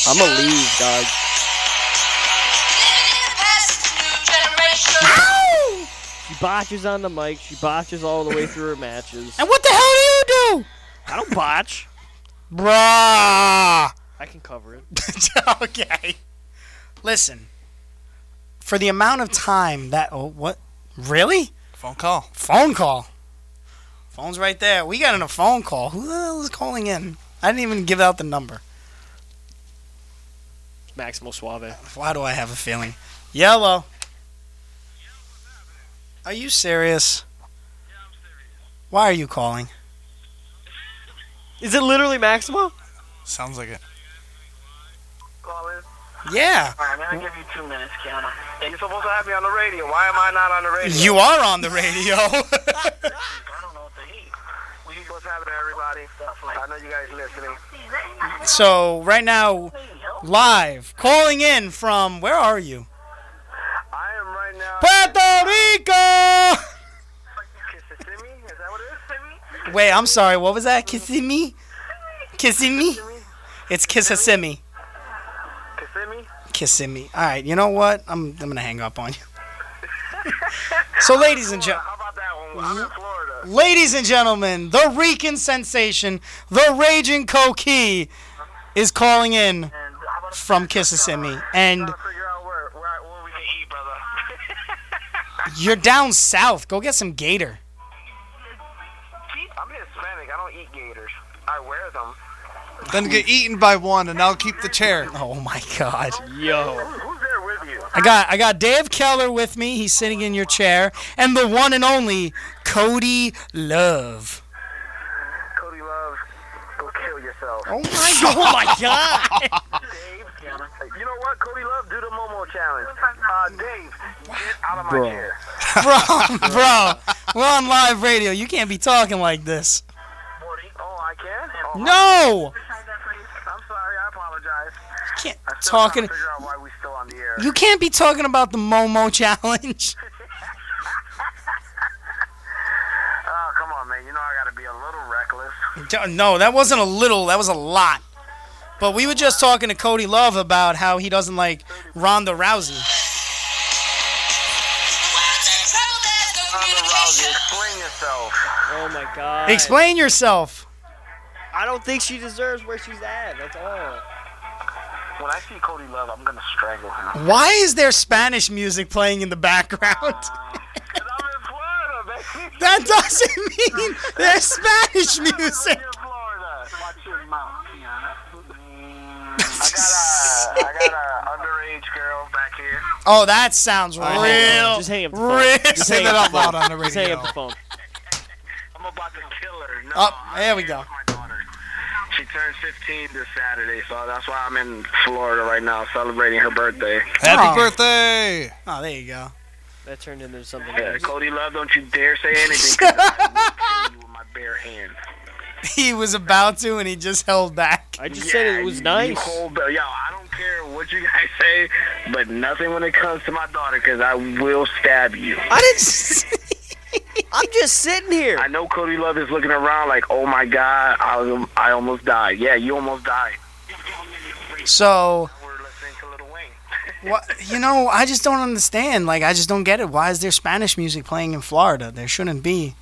I'm
I'm
gonna leave, dog. She botches on the mic. She botches all the way through her matches.
And what the hell do you
[LAUGHS] I don't botch.
do? Bruh. [LAUGHS]
I can cover it.
okay. Listen, for the amount of time that oh what really
blah. Phone call.
phone call, phone's right there. We got in a phone call. Who the hell is calling in? I didn't even give out the number.
Maximo Suave.
Why do I have a feeling? Yellow. Are you serious? Why are you calling?
Is it literally Maximo?
Sounds like it.
Callers.
Yeah.
All right, man, I'll give you two minutes, Keanu. You're supposed to have me on the radio. Why am I not on the radio?
You are on the radio. [LAUGHS]
I don't know what the heat. What's happening, everybody? I know you guys listening.
so right now, live, calling in from where are you?
I am right now.
Puerto Rico.
Kissimmee? Is that what it is?
Wait, I'm sorry. What was that? Kissing me? Kissing me? It's Kissimmee.
Kissimmee?
Kissimmee. All right. You know what? I'm I'm gonna hang up on you. so, ladies and gentlemen.
How about that one? I'm in Florida.
Ladies and gentlemen, the Rican sensation, the Raging Coqui, is calling in
And how about
from Kissimmee. And
trying to figure out where, where, where we can eat, brother? [LAUGHS]
you're down south. Go get some gator.
I'm Hispanic. I don't eat gators. I wear them.
Then get eaten by one, and I'll keep the chair.
Oh my God!
Yo.
Who's there with you?
I got I got Dave Keller with me. He's sitting in your chair, and the one and only Cody Love.
Cody Love, go kill yourself.
Oh my [LAUGHS] God! Oh my God!
Dave, you know what, Cody Love, do the Momo challenge. Uh, Dave, get out of my chair.
[LAUGHS] bro, bro, we're on live radio. You can't be talking like this.
Oh, I can? Oh,
No,
I'm sorry. I apologize.
can't
I still
talking.
Can't figure out why we still on the air.
You can't be talking about the Momo [LAUGHS] challenge.
[LAUGHS] Oh, come on, man. You know I gotta be a little reckless.
No, that wasn't a little. That was a lot. But we were just talking to Cody Love about how he doesn't like Ronda Rousey.
Ronda Rousey, explain yourself.
Oh my god.
Explain yourself.
I don't think she deserves where she's at. That's all.
When I see Cody Love, I'm gonna
[LAUGHS]
strangle him.
Why is there Spanish music playing in the background? [LAUGHS]
I'm in Florida, baby.
That
[LAUGHS]
doesn't mean there's Spanish music.
I'm in Florida. Watch your mouth, Kiana. I got a, I got a underage girl back here.
Oh, that sounds
hang up.
real.
Just hang up the phone.
Real.
Just
Say
hang
that
up
out
the phone.
loud on the
Just hang
radio.
up the phone.
I'm about to kill her. No,
Oh,
I'm
there we
here
go.
with My daughter. She turns 15 this Saturday, so that's why I'm in Florida right now celebrating her birthday.
Aw.
Happy birthday!
[LAUGHS] Oh, there you go.
That turned into something
Yeah,
else.
Cody Love, don't you dare say anything.
[LAUGHS]
'cause I will kill you with my bare hand.
He was about to, and he just held back.
I just said it was nice.
Hold, yo, I don't care what you guys [LAUGHS] say, but nothing when it comes to my daughter, because I will stab you.
I didn't. I'm just sitting here.
I know Cody Love is looking around like, oh my God, I, was- I almost died. Yeah, you almost died.
[LAUGHS] So,
We're listening to Little [LAUGHS] Wayne.
what? You know, I just don't understand. Like, I just don't get it. Why is there Spanish music playing in Florida? There shouldn't be.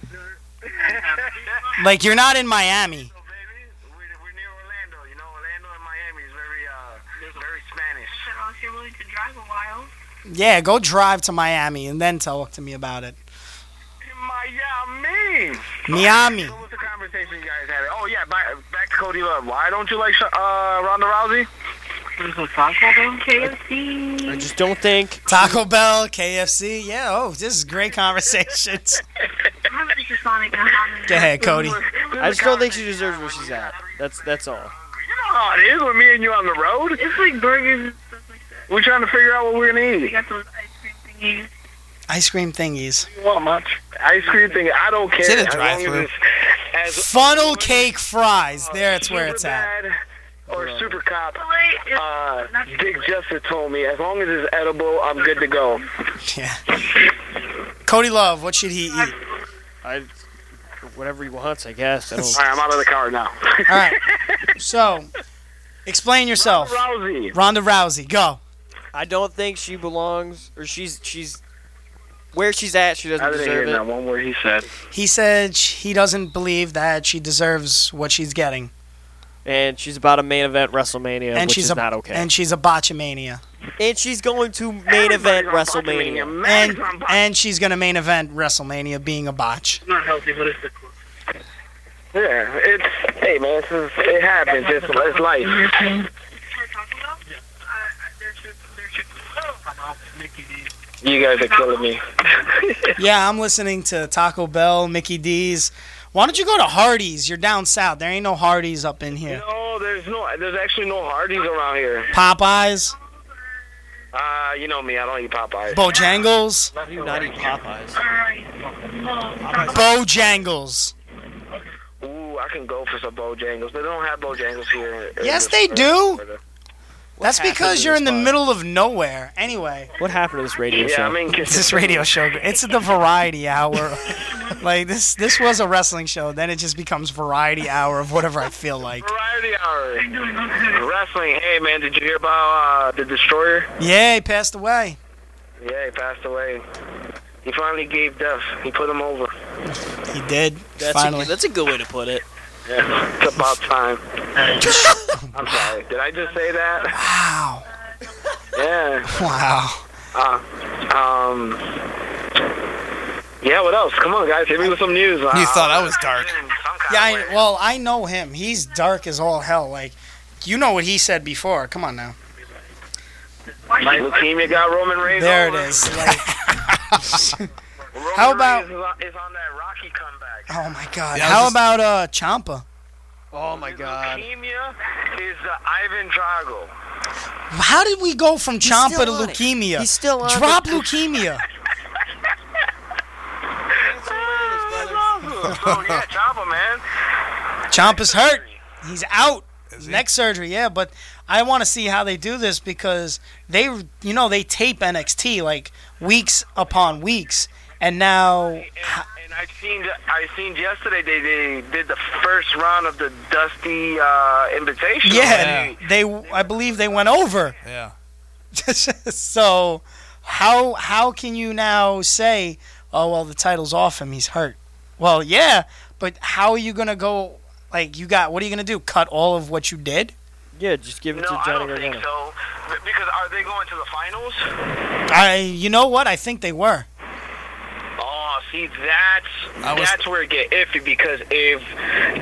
Like, you're not in Miami.
So, baby, we're, we're near Orlando. You know, Orlando and Miami is very, uh, very Spanish.
Yeah, go drive to Miami and then talk to me about it.
Miami.
Miami.
What was the conversation you guys had? Oh yeah, back, back to Cody Love. Why don't you like Sha- uh, Ronda Rousey? [LAUGHS]
I just don't think.
Taco Bell, KFC. Yeah, oh, this is great conversations. [LAUGHS] Go ahead, Cody.
I just don't think she deserves where she's at. That's that's all.
You know how it is with me and you on the road.
It's like burgers and stuff like that.
We're trying to figure out what we're gonna
You
eat.
got those ice cream thingies.
Ice cream thingies.
You want much? Ice cream thing. I don't care.
in a
as long as
drive-thru.
it's- As
Funnel cake fries. There, it's where it's at.
Superbad Or super cop.
Wait, it's
Uh, Dick Jester told me as long as it's edible, I'm good to go.
Yeah. Cody Love, what should he eat?
I whatever he wants, I guess. I
All
don't.
right, I'm out of the car now.
All right. So, explain
[LAUGHS]
yourself.
Rousey.
Ronda Rousey, go.
I don't think she belongs, or she's she's where she's at. She doesn't
I didn't hear
deserve
that
it.
one word he said.
He said sh- he doesn't believe that she deserves what she's getting,
And she's about a main event WrestleMania,
and
which
she's
is
a
not okay.
and she's a botchamania,
And she's going to main event
Everybody's on
WrestleMania.
Botchamania. Man,
and
I'm on
and she's gonna main event WrestleMania being a botch.
not healthy, but it's the cool.
Yeah, it's hey man, it's just, it happens. It's, it's life. You guys are killing me.
Yeah, I'm listening to Taco Bell, Mickey D's, Why don't you go to Hardee's? You're down south. There ain't no Hardee's up in here.
[LAUGHS] No, there's no, there's actually no Hardee's around here.
Popeyes,
Uh, you know me, I don't eat Popeyes.
Bojangles,
How do you not eat Popeyes?
Bojangles.
Ooh, I can go for some Bojangles, but they don't have Bojangles here. in-
Yes,
in-
they do. That's
happened
because
to
you're
this
in the
pod?
middle of nowhere. Anyway,
What happened to this radio show?
Yeah, I mean,
this radio show, it's the variety hour. like this, this was a wrestling show. Then it just becomes variety hour of whatever I feel like.
variety hour. Wrestling. Hey, man, did you hear about uh, the Destroyer?
Yeah, he passed away.
Yeah, he passed away. He finally gave death. He put him over.
He did.
that's, a,
finally.
that's a good way to put it.
Yeah, it's about time. I'm sorry. Did I just say that?
wow.
Yeah. Uh,
Wow.
Um. Yeah. What else? Come on, guys. Hit me with some news. Uh, You
thought I was dark.
Yeah, I, well, I know him. He's dark as all hell. Like, you know what he said before. Come on now.
Leukemia got Roman Reigns.
There it
over.
is. Like, [LAUGHS]
Roman
How about-
Reigns is on, is on that Rocky comeback?
oh my God.
Yeah, I was
How
just-
about uh, Champa?
Oh my god.
Leukemia is uh,
[LAUGHS]
Ivan Drago.
How did we go from Champa to
still on it.
leukemia?
He's still on
Drop leukemia.
I love him. So yeah, Java man.
Champa's hurt. He's out.
he?
Neck surgery, yeah, but I want to see how they do this because they, you know, they tape NXT like weeks upon weeks, and now
And, and I seen I seen yesterday they, they did the first round of the Dusty uh, Invitation.
Yeah, they. I believe they went over.
Oh, Yeah.
[LAUGHS] so, how how can you now say, oh well, the title's off him. He's hurt. Well, yeah, but how are you gonna go? Like, you got what are you gonna do? Cut all of what you did?
Yeah, just give it
No,
to
I
Johnny
don't think
Gargano.
so. B- Because are they going to the finals?
I, you know what? I think they were.
Oh, see, that's
I was-
that's where it get iffy because if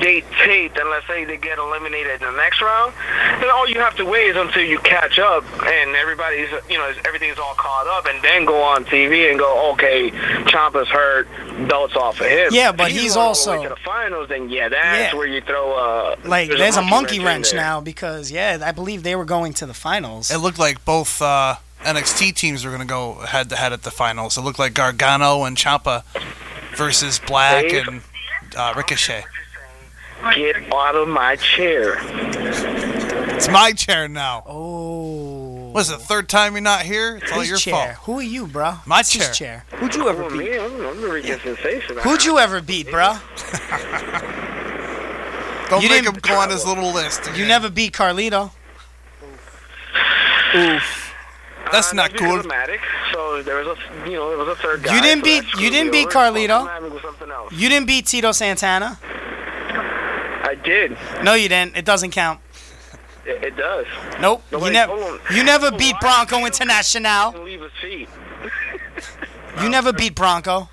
they taped and let's say they get eliminated in the next round, then all you have to wait is until you catch up and everybody's you know everything's all caught up and then go on TV and go okay, Champa's hurt, belts off of him.
Yeah, but
If you
he's
go all
also-
the way to the finals. Then yeah, that's
Yeah.
where you throw a
Like, there's, a monkey wrench,
in there.
now because yeah, I believe they were going to the finals.
It looked like both uh, NXT teams were going to go head to head at the finals. It looked like Gargano and Champa versus Black
Dave?
and uh, Ricochet.
Get out of my chair.
It's my chair now.
oh,
What's the third time you're not here? It's all
his
your
chair.
fault.
Who are you, bro?
My
It's his
chair.
chair.
Who'd you ever
Well,
beat?
me, Oh, I'm, I'm the freaking sensation.
Who'd you ever beat, bro?
Don't
You
make him
didn't-
go on his little list.
You
again.
never beat Carlito.
Oof.
That's not
that's
cool.
Dramatic, so there was a, you know, there was a third guy.
You didn't
so that
beat-
screwed
you didn't
me
beat
over.
Carlito.
I'm having something else.
You didn't beat Tito Santana.
I did.
No, you didn't. It doesn't count.
It, it does.
Nope. You
Nobody
never.
told him.
You never
Oh,
beat
I-
Bronco International.
Didn't leave his feet. [LAUGHS]
You never beat Bronco.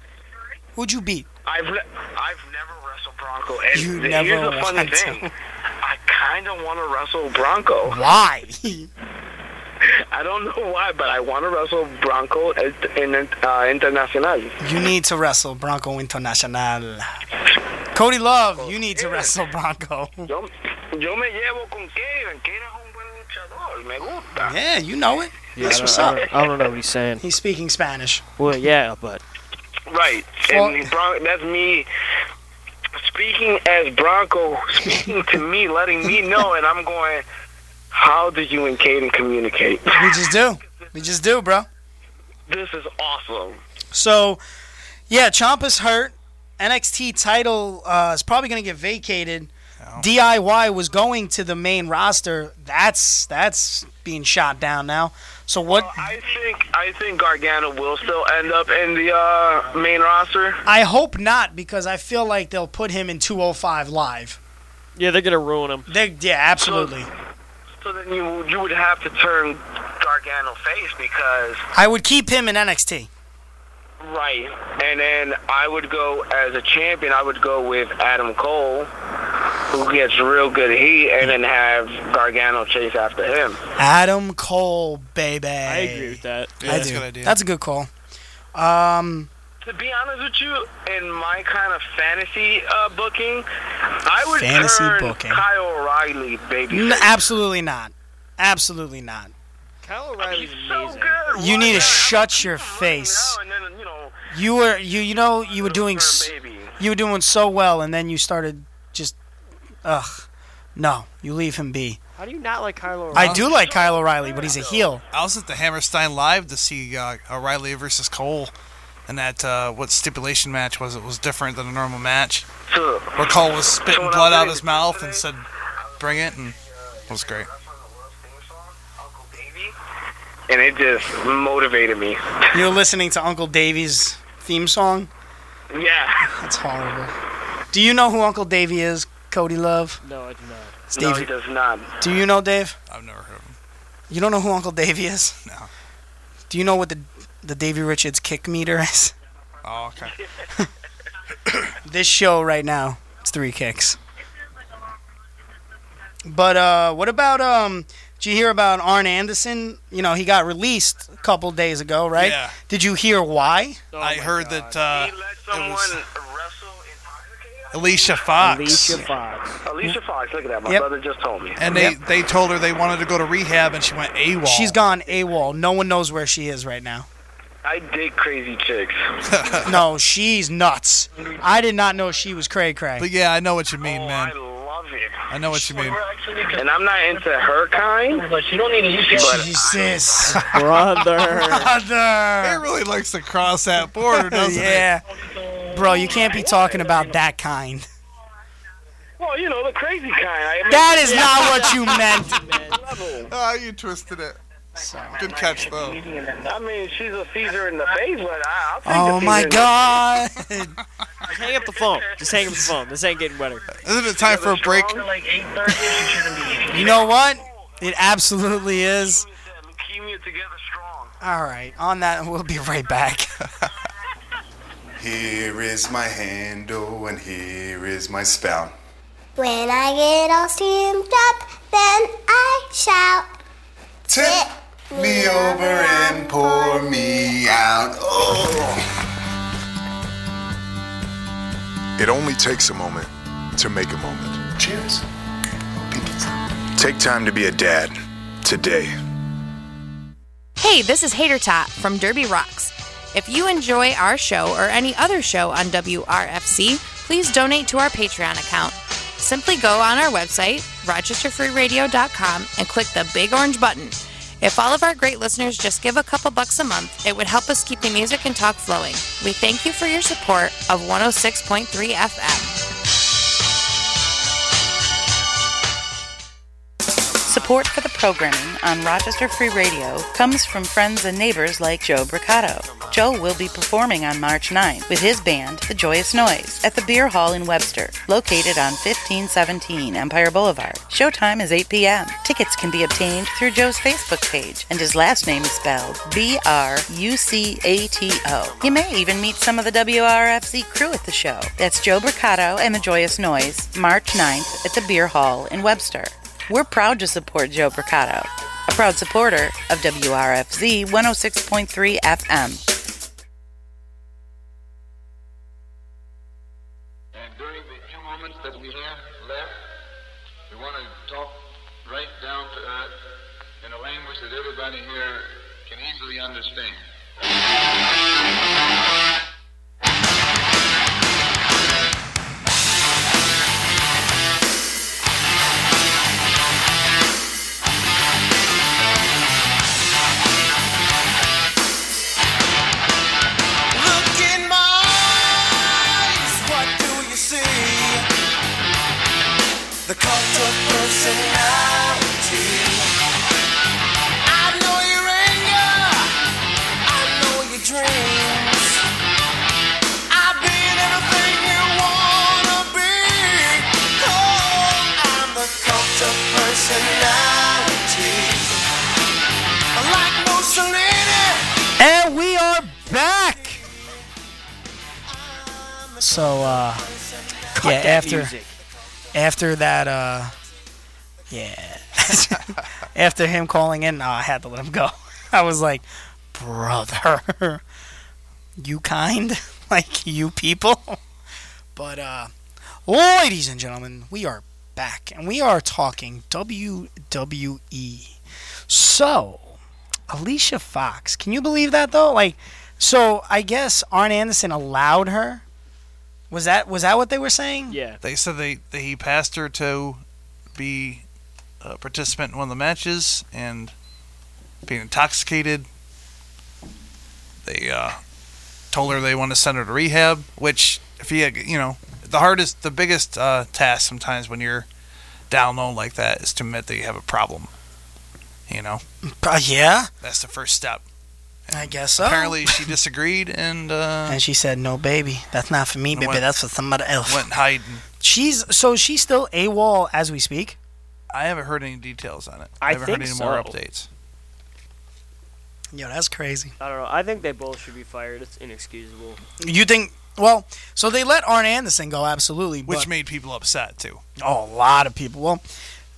Who'd you beat?
I've ne- I've never wrestled Bronco. And
You
th-
never
here's the funny
want to.
thing. I kind of want to wrestle
[LAUGHS]
Bronco.
Why?
I don't know why, but I want to wrestle Bronco at, in uh, Internacional.
you need to wrestle Bronco International. Cody Love, you need to wrestle Bronco. [LAUGHS]
Yo, yo me llevo con Kevin. Kevin es un buen luchador. Me gusta.
Yeah, you know it.
Yeah,
That's
I,
what's
don't, I
up.
don't- I don't know what he's saying.
He's speaking Spanish.
Well, yeah, but
Right. And Bron- that's me speaking as Bronco, speaking to me,
[LAUGHS]
letting me know, and I'm going, how do you and Caden communicate?
We just do. We just do, bro.
[LAUGHS] this is awesome.
So, yeah, Champa's hurt. NXT title uh, is probably going to get vacated. DIY was going to the main roster. That's that's being shot down now. So what?
I think I think Gargano will still end up in the uh, main roster.
I hope not because I feel like they'll put him in 205 live.
yeah, they're gonna ruin him.
They, yeah, absolutely.
So then you you would have to turn Gargano face because
I would keep him in NXT.
right. And then I would go as a champion. I would go with Adam Cole, who gets real good heat, and then have Gargano chase after him.
Adam Cole, baby.
I agree with that.
Yeah,
I
that's
do.
a good idea.
That's a good call. Um,
To be honest with you, in my kind of fantasy uh, booking, I would
Fantasy
turn
booking. Mm,
Kyle O'Reilly, baby.
N- absolutely not. Absolutely not.
Kyle O'Reilly's
He's so
amazing.
good.
You
Why
need to
not?
shut your
Right
face.
now and then, you know,
You were you you know you were
Little
doing s-
Sperm Baby.
you were doing so well, and then you started just ugh. No, you leave him be.
How do you not like Kyle O'Reilly?
I do like Kyle O'Reilly, but he's a heel.
I was at the Hammerstein Live to see uh, O'Reilly versus Cole, and that uh, what stipulation match was it was different than a normal match.
So,
Where Cole was spitting
Someone
blood
else
out
did
his
it
mouth
yesterday.
and said, "Bring it," and it was great.
and it just motivated me.
You're listening to Uncle Davey's theme song.
Yeah.
That's horrible. Do you know who Uncle Davey is, Cody Love?
No, I do not.
It's
No,
Davey.
he does not.
Do you know Dave?
I've never heard of him.
You don't know who Uncle Davey is?
No.
Do you know what the the Davey Richards kick meter is?
Oh, okay.
[COUGHS] This show right now, it's three kicks. But uh, what about um? Did you hear about Arn Anderson? You know he got released a couple days ago, right?
Yeah.
Did you hear why?
Oh
I
my
heard
God.
that uh,
he let
it
someone
was
wrestle intoxicated?
Alicia Fox,
Alicia
[LAUGHS]
Fox.
Alicia Fox, look at that. My
Yep.
brother just told me.
and they they told her they wanted to go to rehab, and she went AWOL.
She's gone AWOL. No one knows where she is right now.
I dig crazy chicks.
No, she's nuts. I did not know she was cray cray.
But yeah, I know what you mean,
oh,
man.
I love it.
I know what you mean.
And I'm not into her kind.
But you don't need to use your
Jesus,
Brother.
He
brother.
really likes to cross
[LAUGHS]
that border, doesn't he?
yeah, bro, you can't be talking about that kind.
Well, you know, the crazy kind. I mean,
That is not what you meant.
Oh, you twisted it. Good catch, though.
I mean, she's a Caesar in the face, but I, I'll take
Oh
the Caesar
my
in the-
God.
Just hang up the phone. Just hang up the phone. This ain't getting better.
Isn't it time for a break?
like 8:30. You shouldn't be eating.
You know what? It absolutely is.
Leukemia together strong.
All right. On that, we'll be right back. [LAUGHS]
Here is my handle and here is my spout.
When I get all steamed up, then I shout.
Tip me over and pour me out. Oh.
It only takes a moment to make a moment.
Cheers. Pinkies.
Take time to be a dad today.
Hey, this is Hater Tot from Derby Rocks. If you enjoy our show or any other show on WRFC, please donate to our Patreon account. Simply go on our website, rochesterfreeradio.com, and click the big orange button. If all of our great listeners just give a couple bucks a month, it would help us keep the music and talk flowing. We thank you for your support of 106.3 FM.
Support for the programming on Rochester Free Radio comes from friends and neighbors like Joe Bricado. Joe will be performing on March 9th with his band, The Joyous Noise, at the Beer Hall in Webster, located on 1517 Empire Boulevard. Showtime is 8 p.m. Tickets can be obtained through Joe's Facebook page, and his last name is spelled B R U C A T O. You may even meet some of the WRFC crew at the show. That's Joe Bricado and The Joyous Noise, March 9th at the Beer Hall in Webster. We're proud to support Joe Percato, a proud supporter of WRFZ 106.3 FM.
And during the few moments that we have left, we want to talk right down to earth in a language that everybody here can easily understand.
Look in my eyes, what do you see? The cult of personality. I know your anger, I know your dreams. I've been everything you wanna be. Oh, I'm the cult of personality. Like Mussolini.
And we are back. So, uh, yeah,
That
after
music.
after that, uh, yeah, [LAUGHS] after him calling in, no, I had to [LAUGHS] let him go. I was like, brother, [LAUGHS] you kind. [LAUGHS] like you people. [LAUGHS] But uh ladies and gentlemen, we are back and we are talking WWE. So, Alicia Fox, can you believe that though? Like so I guess Arn Anderson allowed her? Was that was that what they were saying?
Yeah.
They said they, they he passed her to be a participant in one of the matches and being intoxicated. They uh, told her they want to send her to rehab, which if you had, you know the hardest the biggest uh, task sometimes when you're down low like that is to admit that you have a problem. You know.
Uh, yeah.
That's the first step.
I guess
Oh.
so.
[LAUGHS]
Apparently she disagreed and uh,
And she said, "No, baby, that's not for me, baby.
went-
that's for somebody else."
went hiding.
She's so she's still AWOL as we speak.
I haven't heard any details on it.
I
haven't heard
think
any more
so.
updates.
Yo, that's crazy.
I don't know. I think they both should be fired. It's inexcusable.
You think? Well, so they let Arn Anderson go absolutely,
Which
but,
made people upset too.
oh, a lot of people. Well,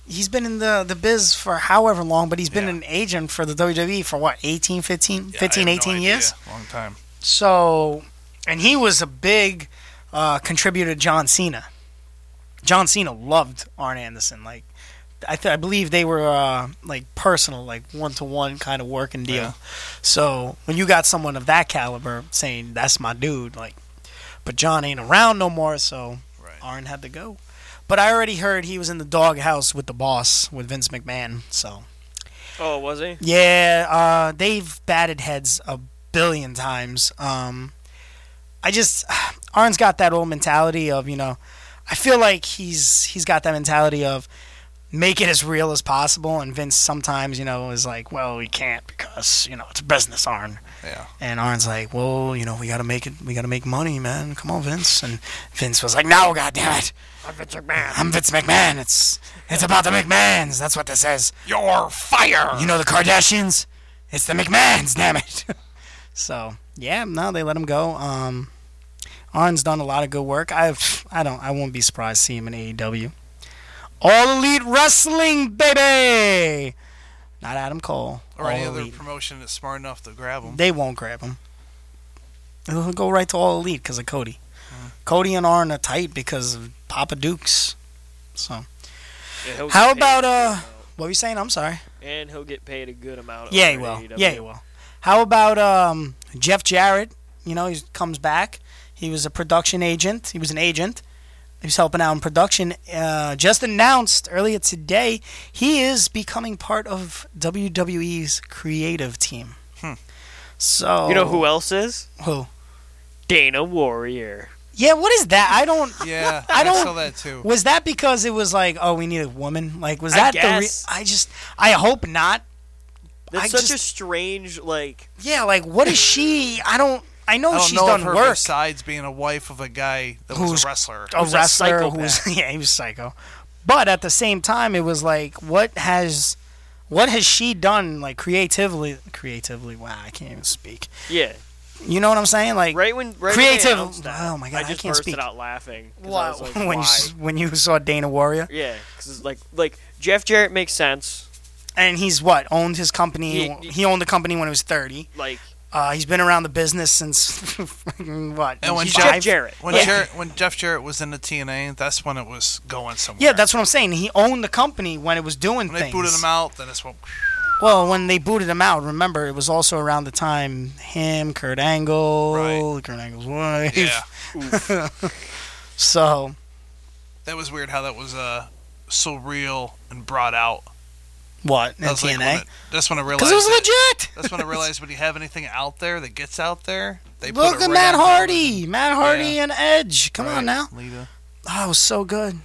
he's been in the the biz for however long, but he's been an agent for the WWE for what 18, 15,
Yeah, I
15
have no
18 years.
idea. Long time.
So, and he was a big uh, contributor to John Cena. John Cena loved Arn Anderson. Like, I, th- I believe they were uh, like personal, like one to one kind of working deal.
Yeah.
So when you got someone of that caliber saying that's my dude, like, but John ain't around no more, so Arn had to go. But I already heard he was in the doghouse with the boss with Vince McMahon. So
Oh, was he?
yeah, uh, they've batted heads a billion times. Um, I just [SIGHS] Arn's got that old mentality of you know, I feel like he's he's got that mentality of make it as real as possible, and Vince sometimes you know is like, well, we can't because you know it's business, Arn.
Yeah.
And Arn's like, well, you know, we gotta make it, we gotta make money, man. Come on, Vince. And Vince was like, no, goddamn it,
I'm Vince McMahon.
I'm Vince McMahon. It's it's about the McMahons. That's what this is.
You're fired.
You know the Kardashians? It's the McMahons, damn it. [LAUGHS] so yeah, no, they let him go. Um, Arn's done a lot of good work. I've I don't I won't be surprised to see him in AEW. All Elite Wrestling, baby. Not Adam Cole.
or
All
any other
Elite.
promotion that's smart enough to grab them.
They won't grab him. He'll go right to All Elite because of Cody.
Mm.
Cody and Arn are tight because of Papa Dukes. So
Yeah, he'll
how
get paid
about
a good
uh?
amount.
What were you saying? I'm sorry.
And he'll get paid a good amount.
Yeah, he
over
will.
at
Yeah, he
AEW.
will. How about um, Jeff Jarrett? You know, he comes back. He was a production agent. He was an agent. He was helping out in production. Uh, just announced earlier today, he is becoming part of WWE's creative team. So
Hmm. You know who else is?
Oh. Who?
Dana Warrior.
Yeah, what is that? I don't.
[LAUGHS] Yeah,
[LAUGHS] I don't.
saw that too.
Was that because it was like, oh, we need a woman? Like, was
I
that
guess.
the? Re- I just. I hope not.
That's
I
such a
just-
strange like.
Yeah, like, what is she? I don't. I know
I don't
she's
know
done
of her
work.
besides being a wife of a guy that was
Who's-
a wrestler.
a
was a
wrestler who was [LAUGHS]
psychopath.
yeah he was psycho but at the same time it was like what has what has she done like creatively creatively wow i can't even speak
Yeah.
you know what i'm saying like
Right when. Right when they
Creative-
announced that,
oh my God,
I
I
just
can't
bursted
speak.
out laughing. 'cause I
wow,
was
[LAUGHS]
like,
when you,
why?
s- when you saw dana warrior
Yeah, because like like Jeff Jarrett makes sense.
and he's what owned his company
He-
he, owned the company when he was 30
Like
uh, he's been around the business since [LAUGHS] what
Oh, And when
he's
Jeff
five?
Jarrett-
When,
Yeah.
Jarrett, when Jeff Jarrett was in the TNA, that's when it was going somewhere.
yeah that's what i'm saying he owned the company when it was doing
when they
things
booted him out. Then it's when
Well, when they booted him out, remember it was also around the time him, Kurt Angle,
Right.
Kurt Angle's wife.
yeah,
[LAUGHS] So
that was weird how that was uh so real and brought out.
what? In
That was like when
TNA?
it- that's when I realized.
Because it was
that-
legit.
That's when I realized when you have anything out there that gets out there, they put
Look
it
at
right
Matt
on
Hardy, Matt Hardy
Yeah.
and Edge. Come
television.
on now.
Right, Lita.
Oh, it was so good.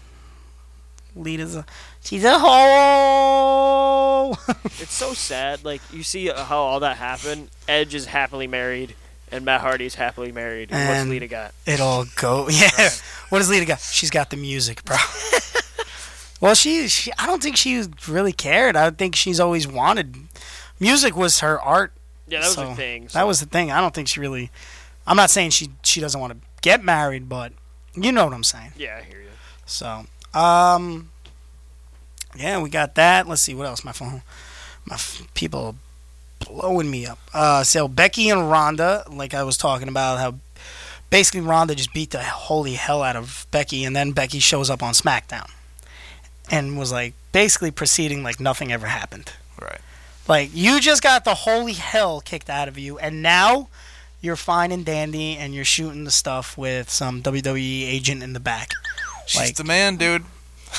Lita's a, she's a hoe.
it's so sad. Like you see uh, how all that happened. Edge is happily married, and Matt Hardy's happily married. And what's
And-
Lita got?
it all go. [LAUGHS] Yeah. What does Lita got? She's got the music, bro. [LAUGHS] well, she, she. I don't think she really cared. I think she's always wanted. Music was her art.
Yeah, that was
So,
the thing.
That was the thing. I don't think she really. I'm not saying she she doesn't want to get married, but you know what I'm saying.
Yeah, I hear you.
So, um, yeah, we got that. Let's see what else. My phone, my f- people are blowing me up. Uh, so Becky and Rhonda, like I was talking about, how basically Ronda just beat the holy hell out of Becky, and then Becky shows up on SmackDown and was like basically proceeding like nothing ever happened.
Right.
Like you just got the holy hell kicked out of you, and now you're fine and dandy, and you're shooting the stuff with some WWE agent in the back.
She's the man, dude.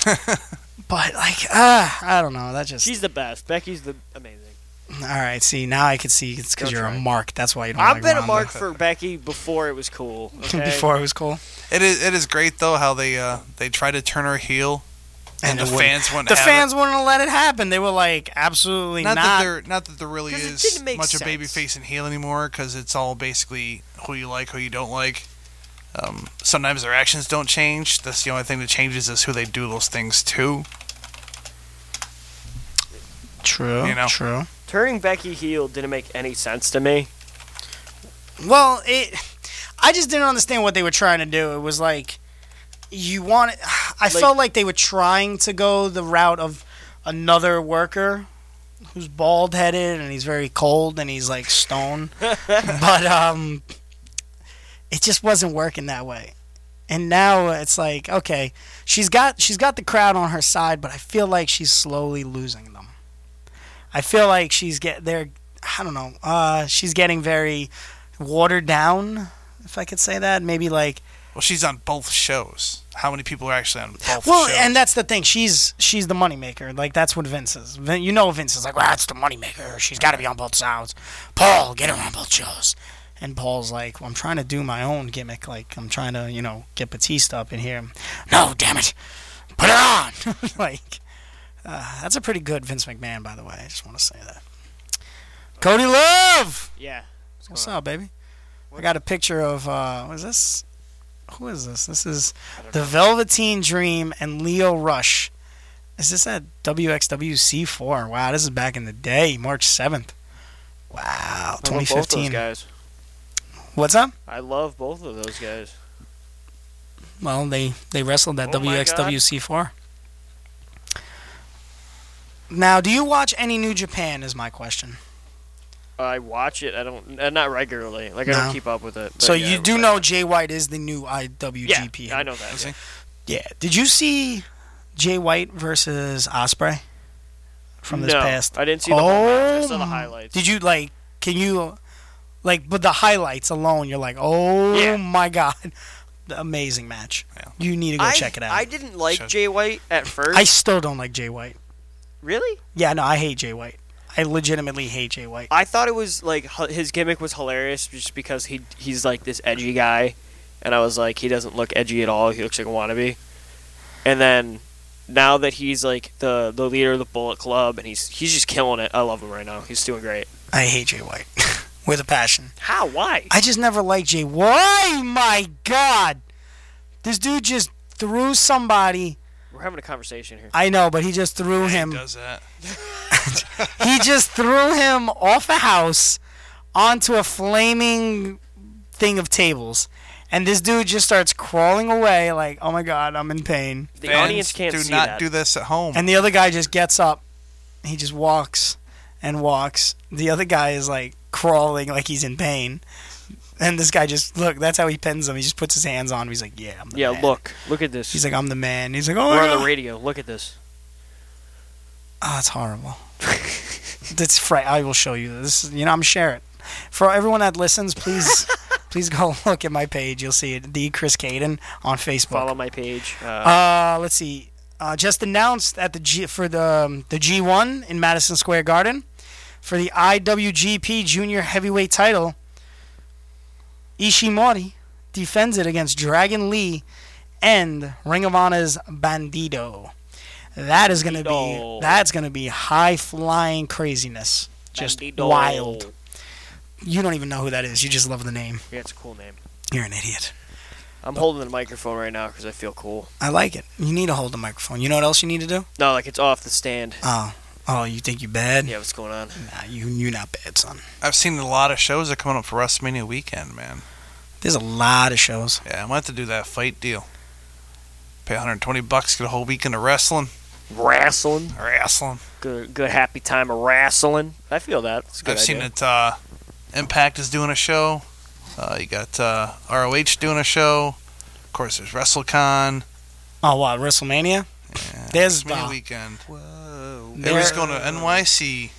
but like, ah, I don't know. That just
She's the best. Becky's the amazing.
all right. See, now I can see it's because
Go
you're
try.
a mark. That's why you don't.
I've
like
been a
Ronda. [LAUGHS]
mark for Becky before it was cool. okay?
Before it was cool.
It is it is great though how they uh they try to turn her heel, and,
it
the
wouldn't-
fans wouldn't.
The
have
fans wouldn't let it happen. They were like, absolutely
it.
not.
not, that there not that there really
'Cause it
is
didn't make
much of
sense.
baby face and heel anymore because it's all basically who you like, who you don't like. Um, sometimes their actions don't change. That's the only thing that changes is who they do those things to.
True.
You know.
True.
Turning Becky heel didn't make any sense to me.
Well, it. I just didn't understand what they were trying to do. It was like you wanted. I felt like they were trying to go the route of another worker who's bald headed and he's very cold and he's like stone, but um, it just wasn't working that way. And now it's like okay, she's got she's got the crowd on her side, but I feel like she's slowly losing them. I feel like she's get they're I don't know. Uh, she's getting very watered down, if I could say that. Maybe like
Well, she's on both shows. How many people are actually on both
well,
shows?
and that's the thing. She's she's the moneymaker. Like that's what Vince is. Vin, you know, Vince is like, well, that's the moneymaker. She's got to be on both sides. Paul, get her on both shows. And Paul's like, well, I'm trying to do my own gimmick. Like I'm trying to, you know, get Batista up in here. No, damn it, put her on. [LAUGHS] like uh, that's a pretty good Vince McMahon, by the way. I just want to say that. Cody Love.
Yeah.
What's up, baby? I got a picture of uh what is this? Who is this? This is the Velveteen Dream and Leo Rush. Is this at WXWC four? Wow, this is back in the day, March seventh. Wow,
I love
twenty
both those
fifteen.
guys.
What's up?
I love both of those guys.
Well, they they wrestled at
Oh my God.
WXWC four. Now, do you watch any New Japan? Is my question.
I watch it. I don't uh, not regularly. Like I
No.
don't keep up with it. but
so
yeah,
you do know Jay White is the new
Yeah,
IWGP.
I know that. yeah.
Yeah. Did you see Jay White versus Osprey from this
No,
past?
I didn't see the whole match. I saw the
m-
highlights.
Did you like? Can you like? But the highlights alone, you're like, oh my god, [LAUGHS] The amazing match. You need to go
I,
check it out.
I didn't like Jay White at first.
I still don't like Jay White.
really?
Yeah, no, I hate Jay White. I legitimately hate Jay White.
I thought it was like h- his gimmick was hilarious just because he he's like this edgy guy, and I was like he doesn't look edgy at all. He looks like a wannabe. And then now that he's like the the leader of the Bullet Club and he's he's just killing it. I love him right now. He's doing great.
I hate Jay White [LAUGHS] with a passion.
How? Why?
I just never liked Jay. Why? My God, this dude just threw somebody.
We're having a conversation here.
I know, but he just threw him.
does that?
he just threw him off a house onto a flaming thing of tables. And this dude just starts crawling away, like, oh my god, I'm in pain.
The
Fans
audience can't
do
see
not
that.
do this at home.
And the other guy just gets up. He just walks and walks. The other guy is like crawling like he's in pain. And this guy just look, that's how he pins him. He just puts his hands on him. He's like, Yeah, I'm the
yeah,
man.
look, look at this.
He's like, I'm the man. He's like, Oh,
We're
my
on
God."
the radio. Look at this.
Oh, it's horrible. That's fra- I will show you this. You know, I'm share it for everyone that listens. Please, please go look at my page. You'll see it. The Chris Caden on Facebook.
Follow my page. Uh,
Uh, let's see. Uh, just announced at the G for the um, the G1 in Madison Square Garden for the IWGP Junior Heavyweight Title. Ishimori defends it against Dragon Lee and Ring of Honor's Bandido. That is gonna be
Bandido.
that's gonna be high flying craziness, just
Bandido.
wild. You don't even know who that is. You just love the name.
Yeah, it's a cool name.
You're an idiot.
I'm holding the microphone right now because I feel cool.
I like it. You need to hold the microphone. You know what else you need to do?
No, like it's off the stand.
Oh, oh, you think you bad?
Yeah, what's going on?
Nah, you you not bad, son.
I've seen a lot of shows that are coming up for WrestleMania weekend, man.
There's a lot of shows.
Yeah, I'm gonna have to do that fight deal. Pay 120 bucks, get a whole weekend of wrestling.
Wrestling.
Wrestling.
Good, good happy time of wrestling. I feel that. It's a good
I've seen
idea.
it. Uh, Impact is doing a show. Uh, you got uh, ROH doing a show. Of course, there's WrestleCon.
Oh, what WrestleMania? There's
WrestleMania
uh,
weekend. Whoa.
There-
Everybody's going to NYC.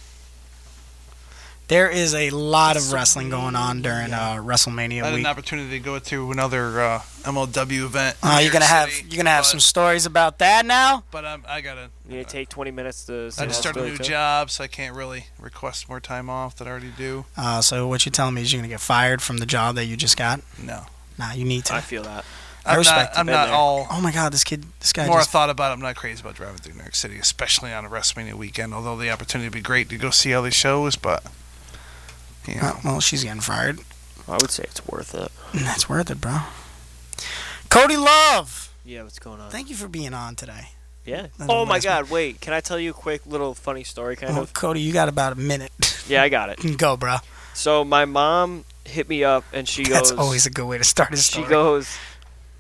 there is a lot of wrestling going on during uh,
I
WrestleMania
had an
week.
opportunity to go to another uh, MLW event. in
Uh,
New
you're gonna
York
have
City,
you're gonna have some stories about that now.
But um, I gotta.
You gonna take 20 minutes to.
I just started a new job, so I can't really request more time off than I already do.
Uh, so what you're telling me is you're gonna get fired from the job that you just got?
No.
Nah, you need to.
I feel that.
I
I'm
respect.
not. I'm not all.
Oh my god, this kid, this guy
more
just
I thought about it, I'm not crazy about driving through New York City, especially on a WrestleMania weekend. Although the opportunity would be great to go see all these shows, but you know,
Oh, well, she's getting fired. Mm,
I would say it's worth it.
That's worth it, bro. Cody Love,
Yeah, what's going on?
thank you for being on today.
yeah.
That's
Oh my
last
God! Wait, can I tell you a quick little funny story? Kind
Oh,
of.
Cody, you got about a
Oh.
minute. [LAUGHS]
Yeah, I got it.
Go, bro.
So my mom hit me up and
[LAUGHS]
she
That's
goes.
always a good way to start a story.
She goes,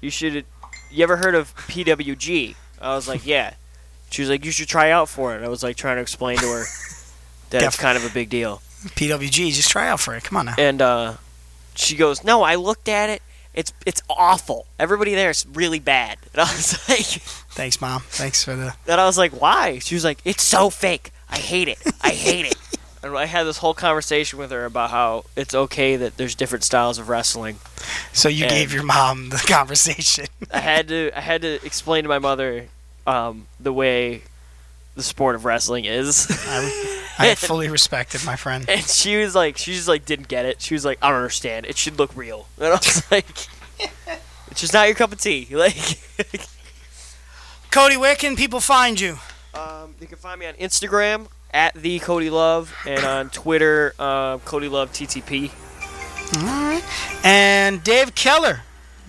"You should. You ever heard of PWG?" I was like, "Yeah." She was like, "You should try out for it." I was like trying to explain to her that it's
Def-
kind of a big deal.
PWG, just try out for it. Come on now.
And uh, she goes, "No, I looked at it. It's it's awful. Everybody there is really bad." And I was [LAUGHS] like,
Thanks, mom. Thanks for the.
"Then I was like, why?" She was like, "It's so fake. I hate it. I hate it." And I had this whole conversation with her about how it's okay that there's different styles of wrestling.
So you
And-
gave your mom the [LAUGHS] conversation.
I had to I had to explain to my mother um, the way the sport of wrestling is. [LAUGHS]
[LAUGHS] I fully respected my friend.
and she was like, she just like didn't get it. She was like, I don't understand. It should look real. And I was [LAUGHS] like, it's just not your cup of tea. [LAUGHS] Like,
Cody, where can people find you?
um, you can find me on Instagram at the Cody Love and on Twitter um, Cody Love TTP.
All right. And Dave Keller,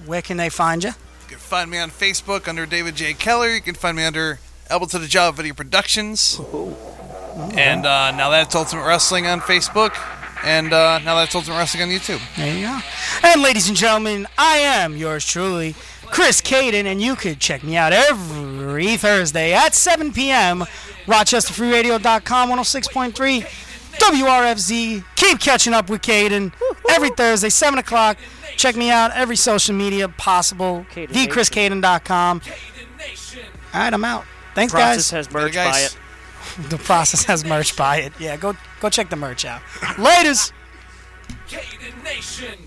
where can they find you?
you can find me on Facebook under David J Keller. You can find me under Elbow to the Job Video Productions. And uh, now that's Ultimate Wrestling on Facebook, and uh, now that's Ultimate Wrestling on YouTube.
There you go. And ladies and gentlemen, I am yours truly, Chris Caden, and you could check me out every Thursday at 7 p.m. RochesterFreeRadio.com 106.3 WRFZ. Keep catching up with Caden every Thursday, 7 o'clock. Check me out every social media possible. TheChrisCaden.com. All right, I'm out. Thanks, guys.
Process has merch.
guys.
Buy it.
the process has merch. Buy it. Yeah, go go check the merch out. Laters.
Caden Nation.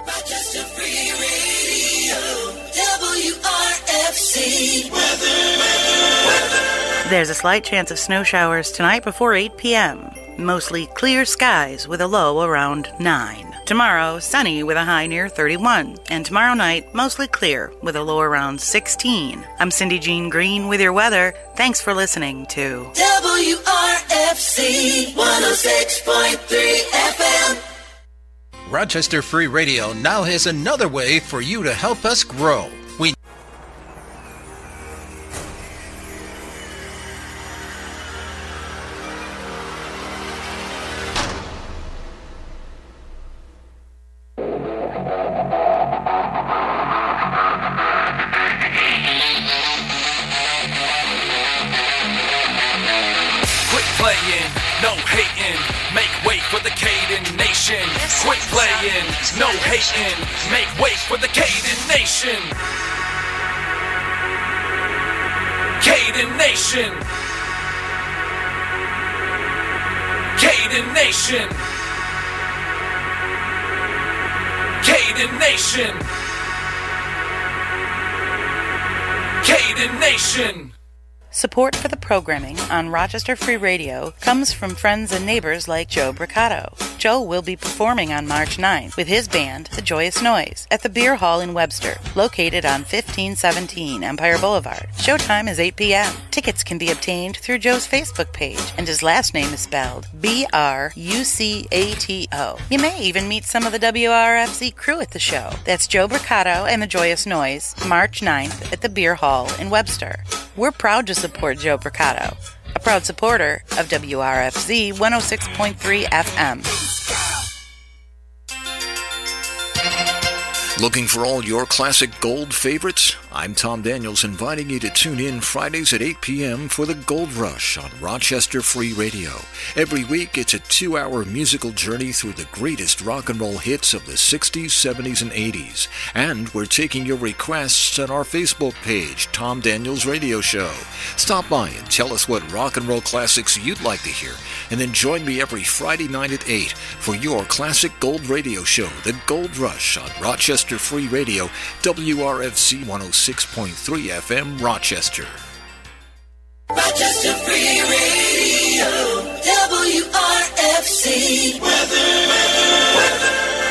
Rochester Free Radio, WRFC.
There's a slight chance of snow showers tonight before 8 p.m. Mostly clear skies with a low around 9. Tomorrow, sunny with a high near 31. And tomorrow night, mostly clear with a low around 16. I'm Cindy Jean Green with your weather. Thanks for listening to
WRFC 106.3 FM.
Rochester Free Radio now has another way for you to help us grow. We
Quit playing, no hating, make way for the Caden Nation. Quit playing, no hating, make way for the Caden Nation. Caden Nation. Caden Nation. Caden Nation. Caden Nation.
Support for the programming on Rochester Free Radio comes from friends and neighbors like Joe Bricado. Joe will be performing on March 9th with his band, The Joyous Noise, at the Beer Hall in Webster, located on 1517 Empire Boulevard. Showtime is 8 p.m. Tickets can be obtained through Joe's Facebook page, and his last name is spelled B R U C A T O. You may even meet some of the WRFC crew at the show. That's Joe Bricado and The Joyous Noise, March 9th at the Beer Hall in Webster. We're proud to support Joe Bricado, a proud supporter of WRFZ 106.3 FM.
Looking for all your classic gold favorites?
I'm Tom Daniels, inviting you to tune in Fridays at 8 p.m. for the Gold Rush on Rochester Free Radio. Every week, it's a two hour musical journey through the greatest rock and roll hits of the 60s, 70s, and 80s. And we're taking your requests on our Facebook page, Tom Daniels Radio Show. Stop by and tell us what rock and roll classics you'd like to hear, and then join me every Friday night at 8 for your classic gold radio show, The Gold Rush, on Rochester Free Radio, WRFC 106.3 FM, Rochester.
Rochester Free Radio, WRFC.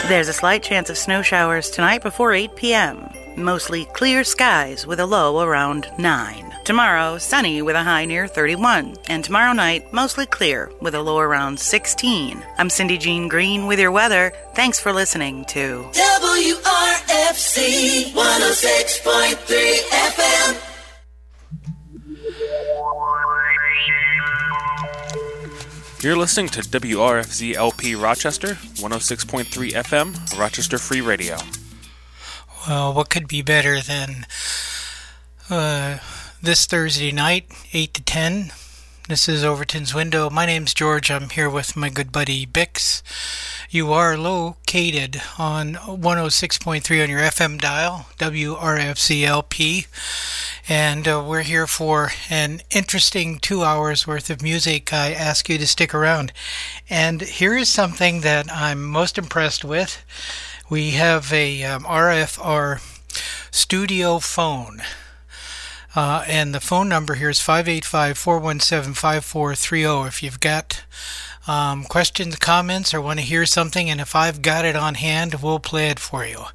There's a slight chance of snow showers tonight before 8 p.m. Mostly clear skies with a low around 9. Tomorrow, sunny with a high near 31. And tomorrow night, mostly clear with a low around 16. I'm Cindy Jean Green with your weather. Thanks for listening to
WRFC 106.3 FM.
You're listening to WRFZ LP Rochester, 106.3 FM, Rochester Free Radio.
Well, what could be better than uh, this Thursday night, 8 to 10? This is Overton's Window. My name's George. I'm here with my good buddy Bix. You are located on 106.3 on your FM dial, WRFCLP. And uh, we're here for an interesting two hours worth of music. I ask you to stick around. And here is something that I'm most impressed with. We have a um, RFR studio phone. Uh, and the phone number here is 585 417 5430. oh. If you've got um, questions, comments, or want to hear something, and if I've got it on hand, we'll play it for you.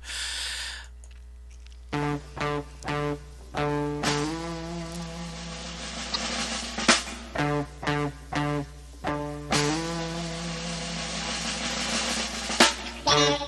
Thank you.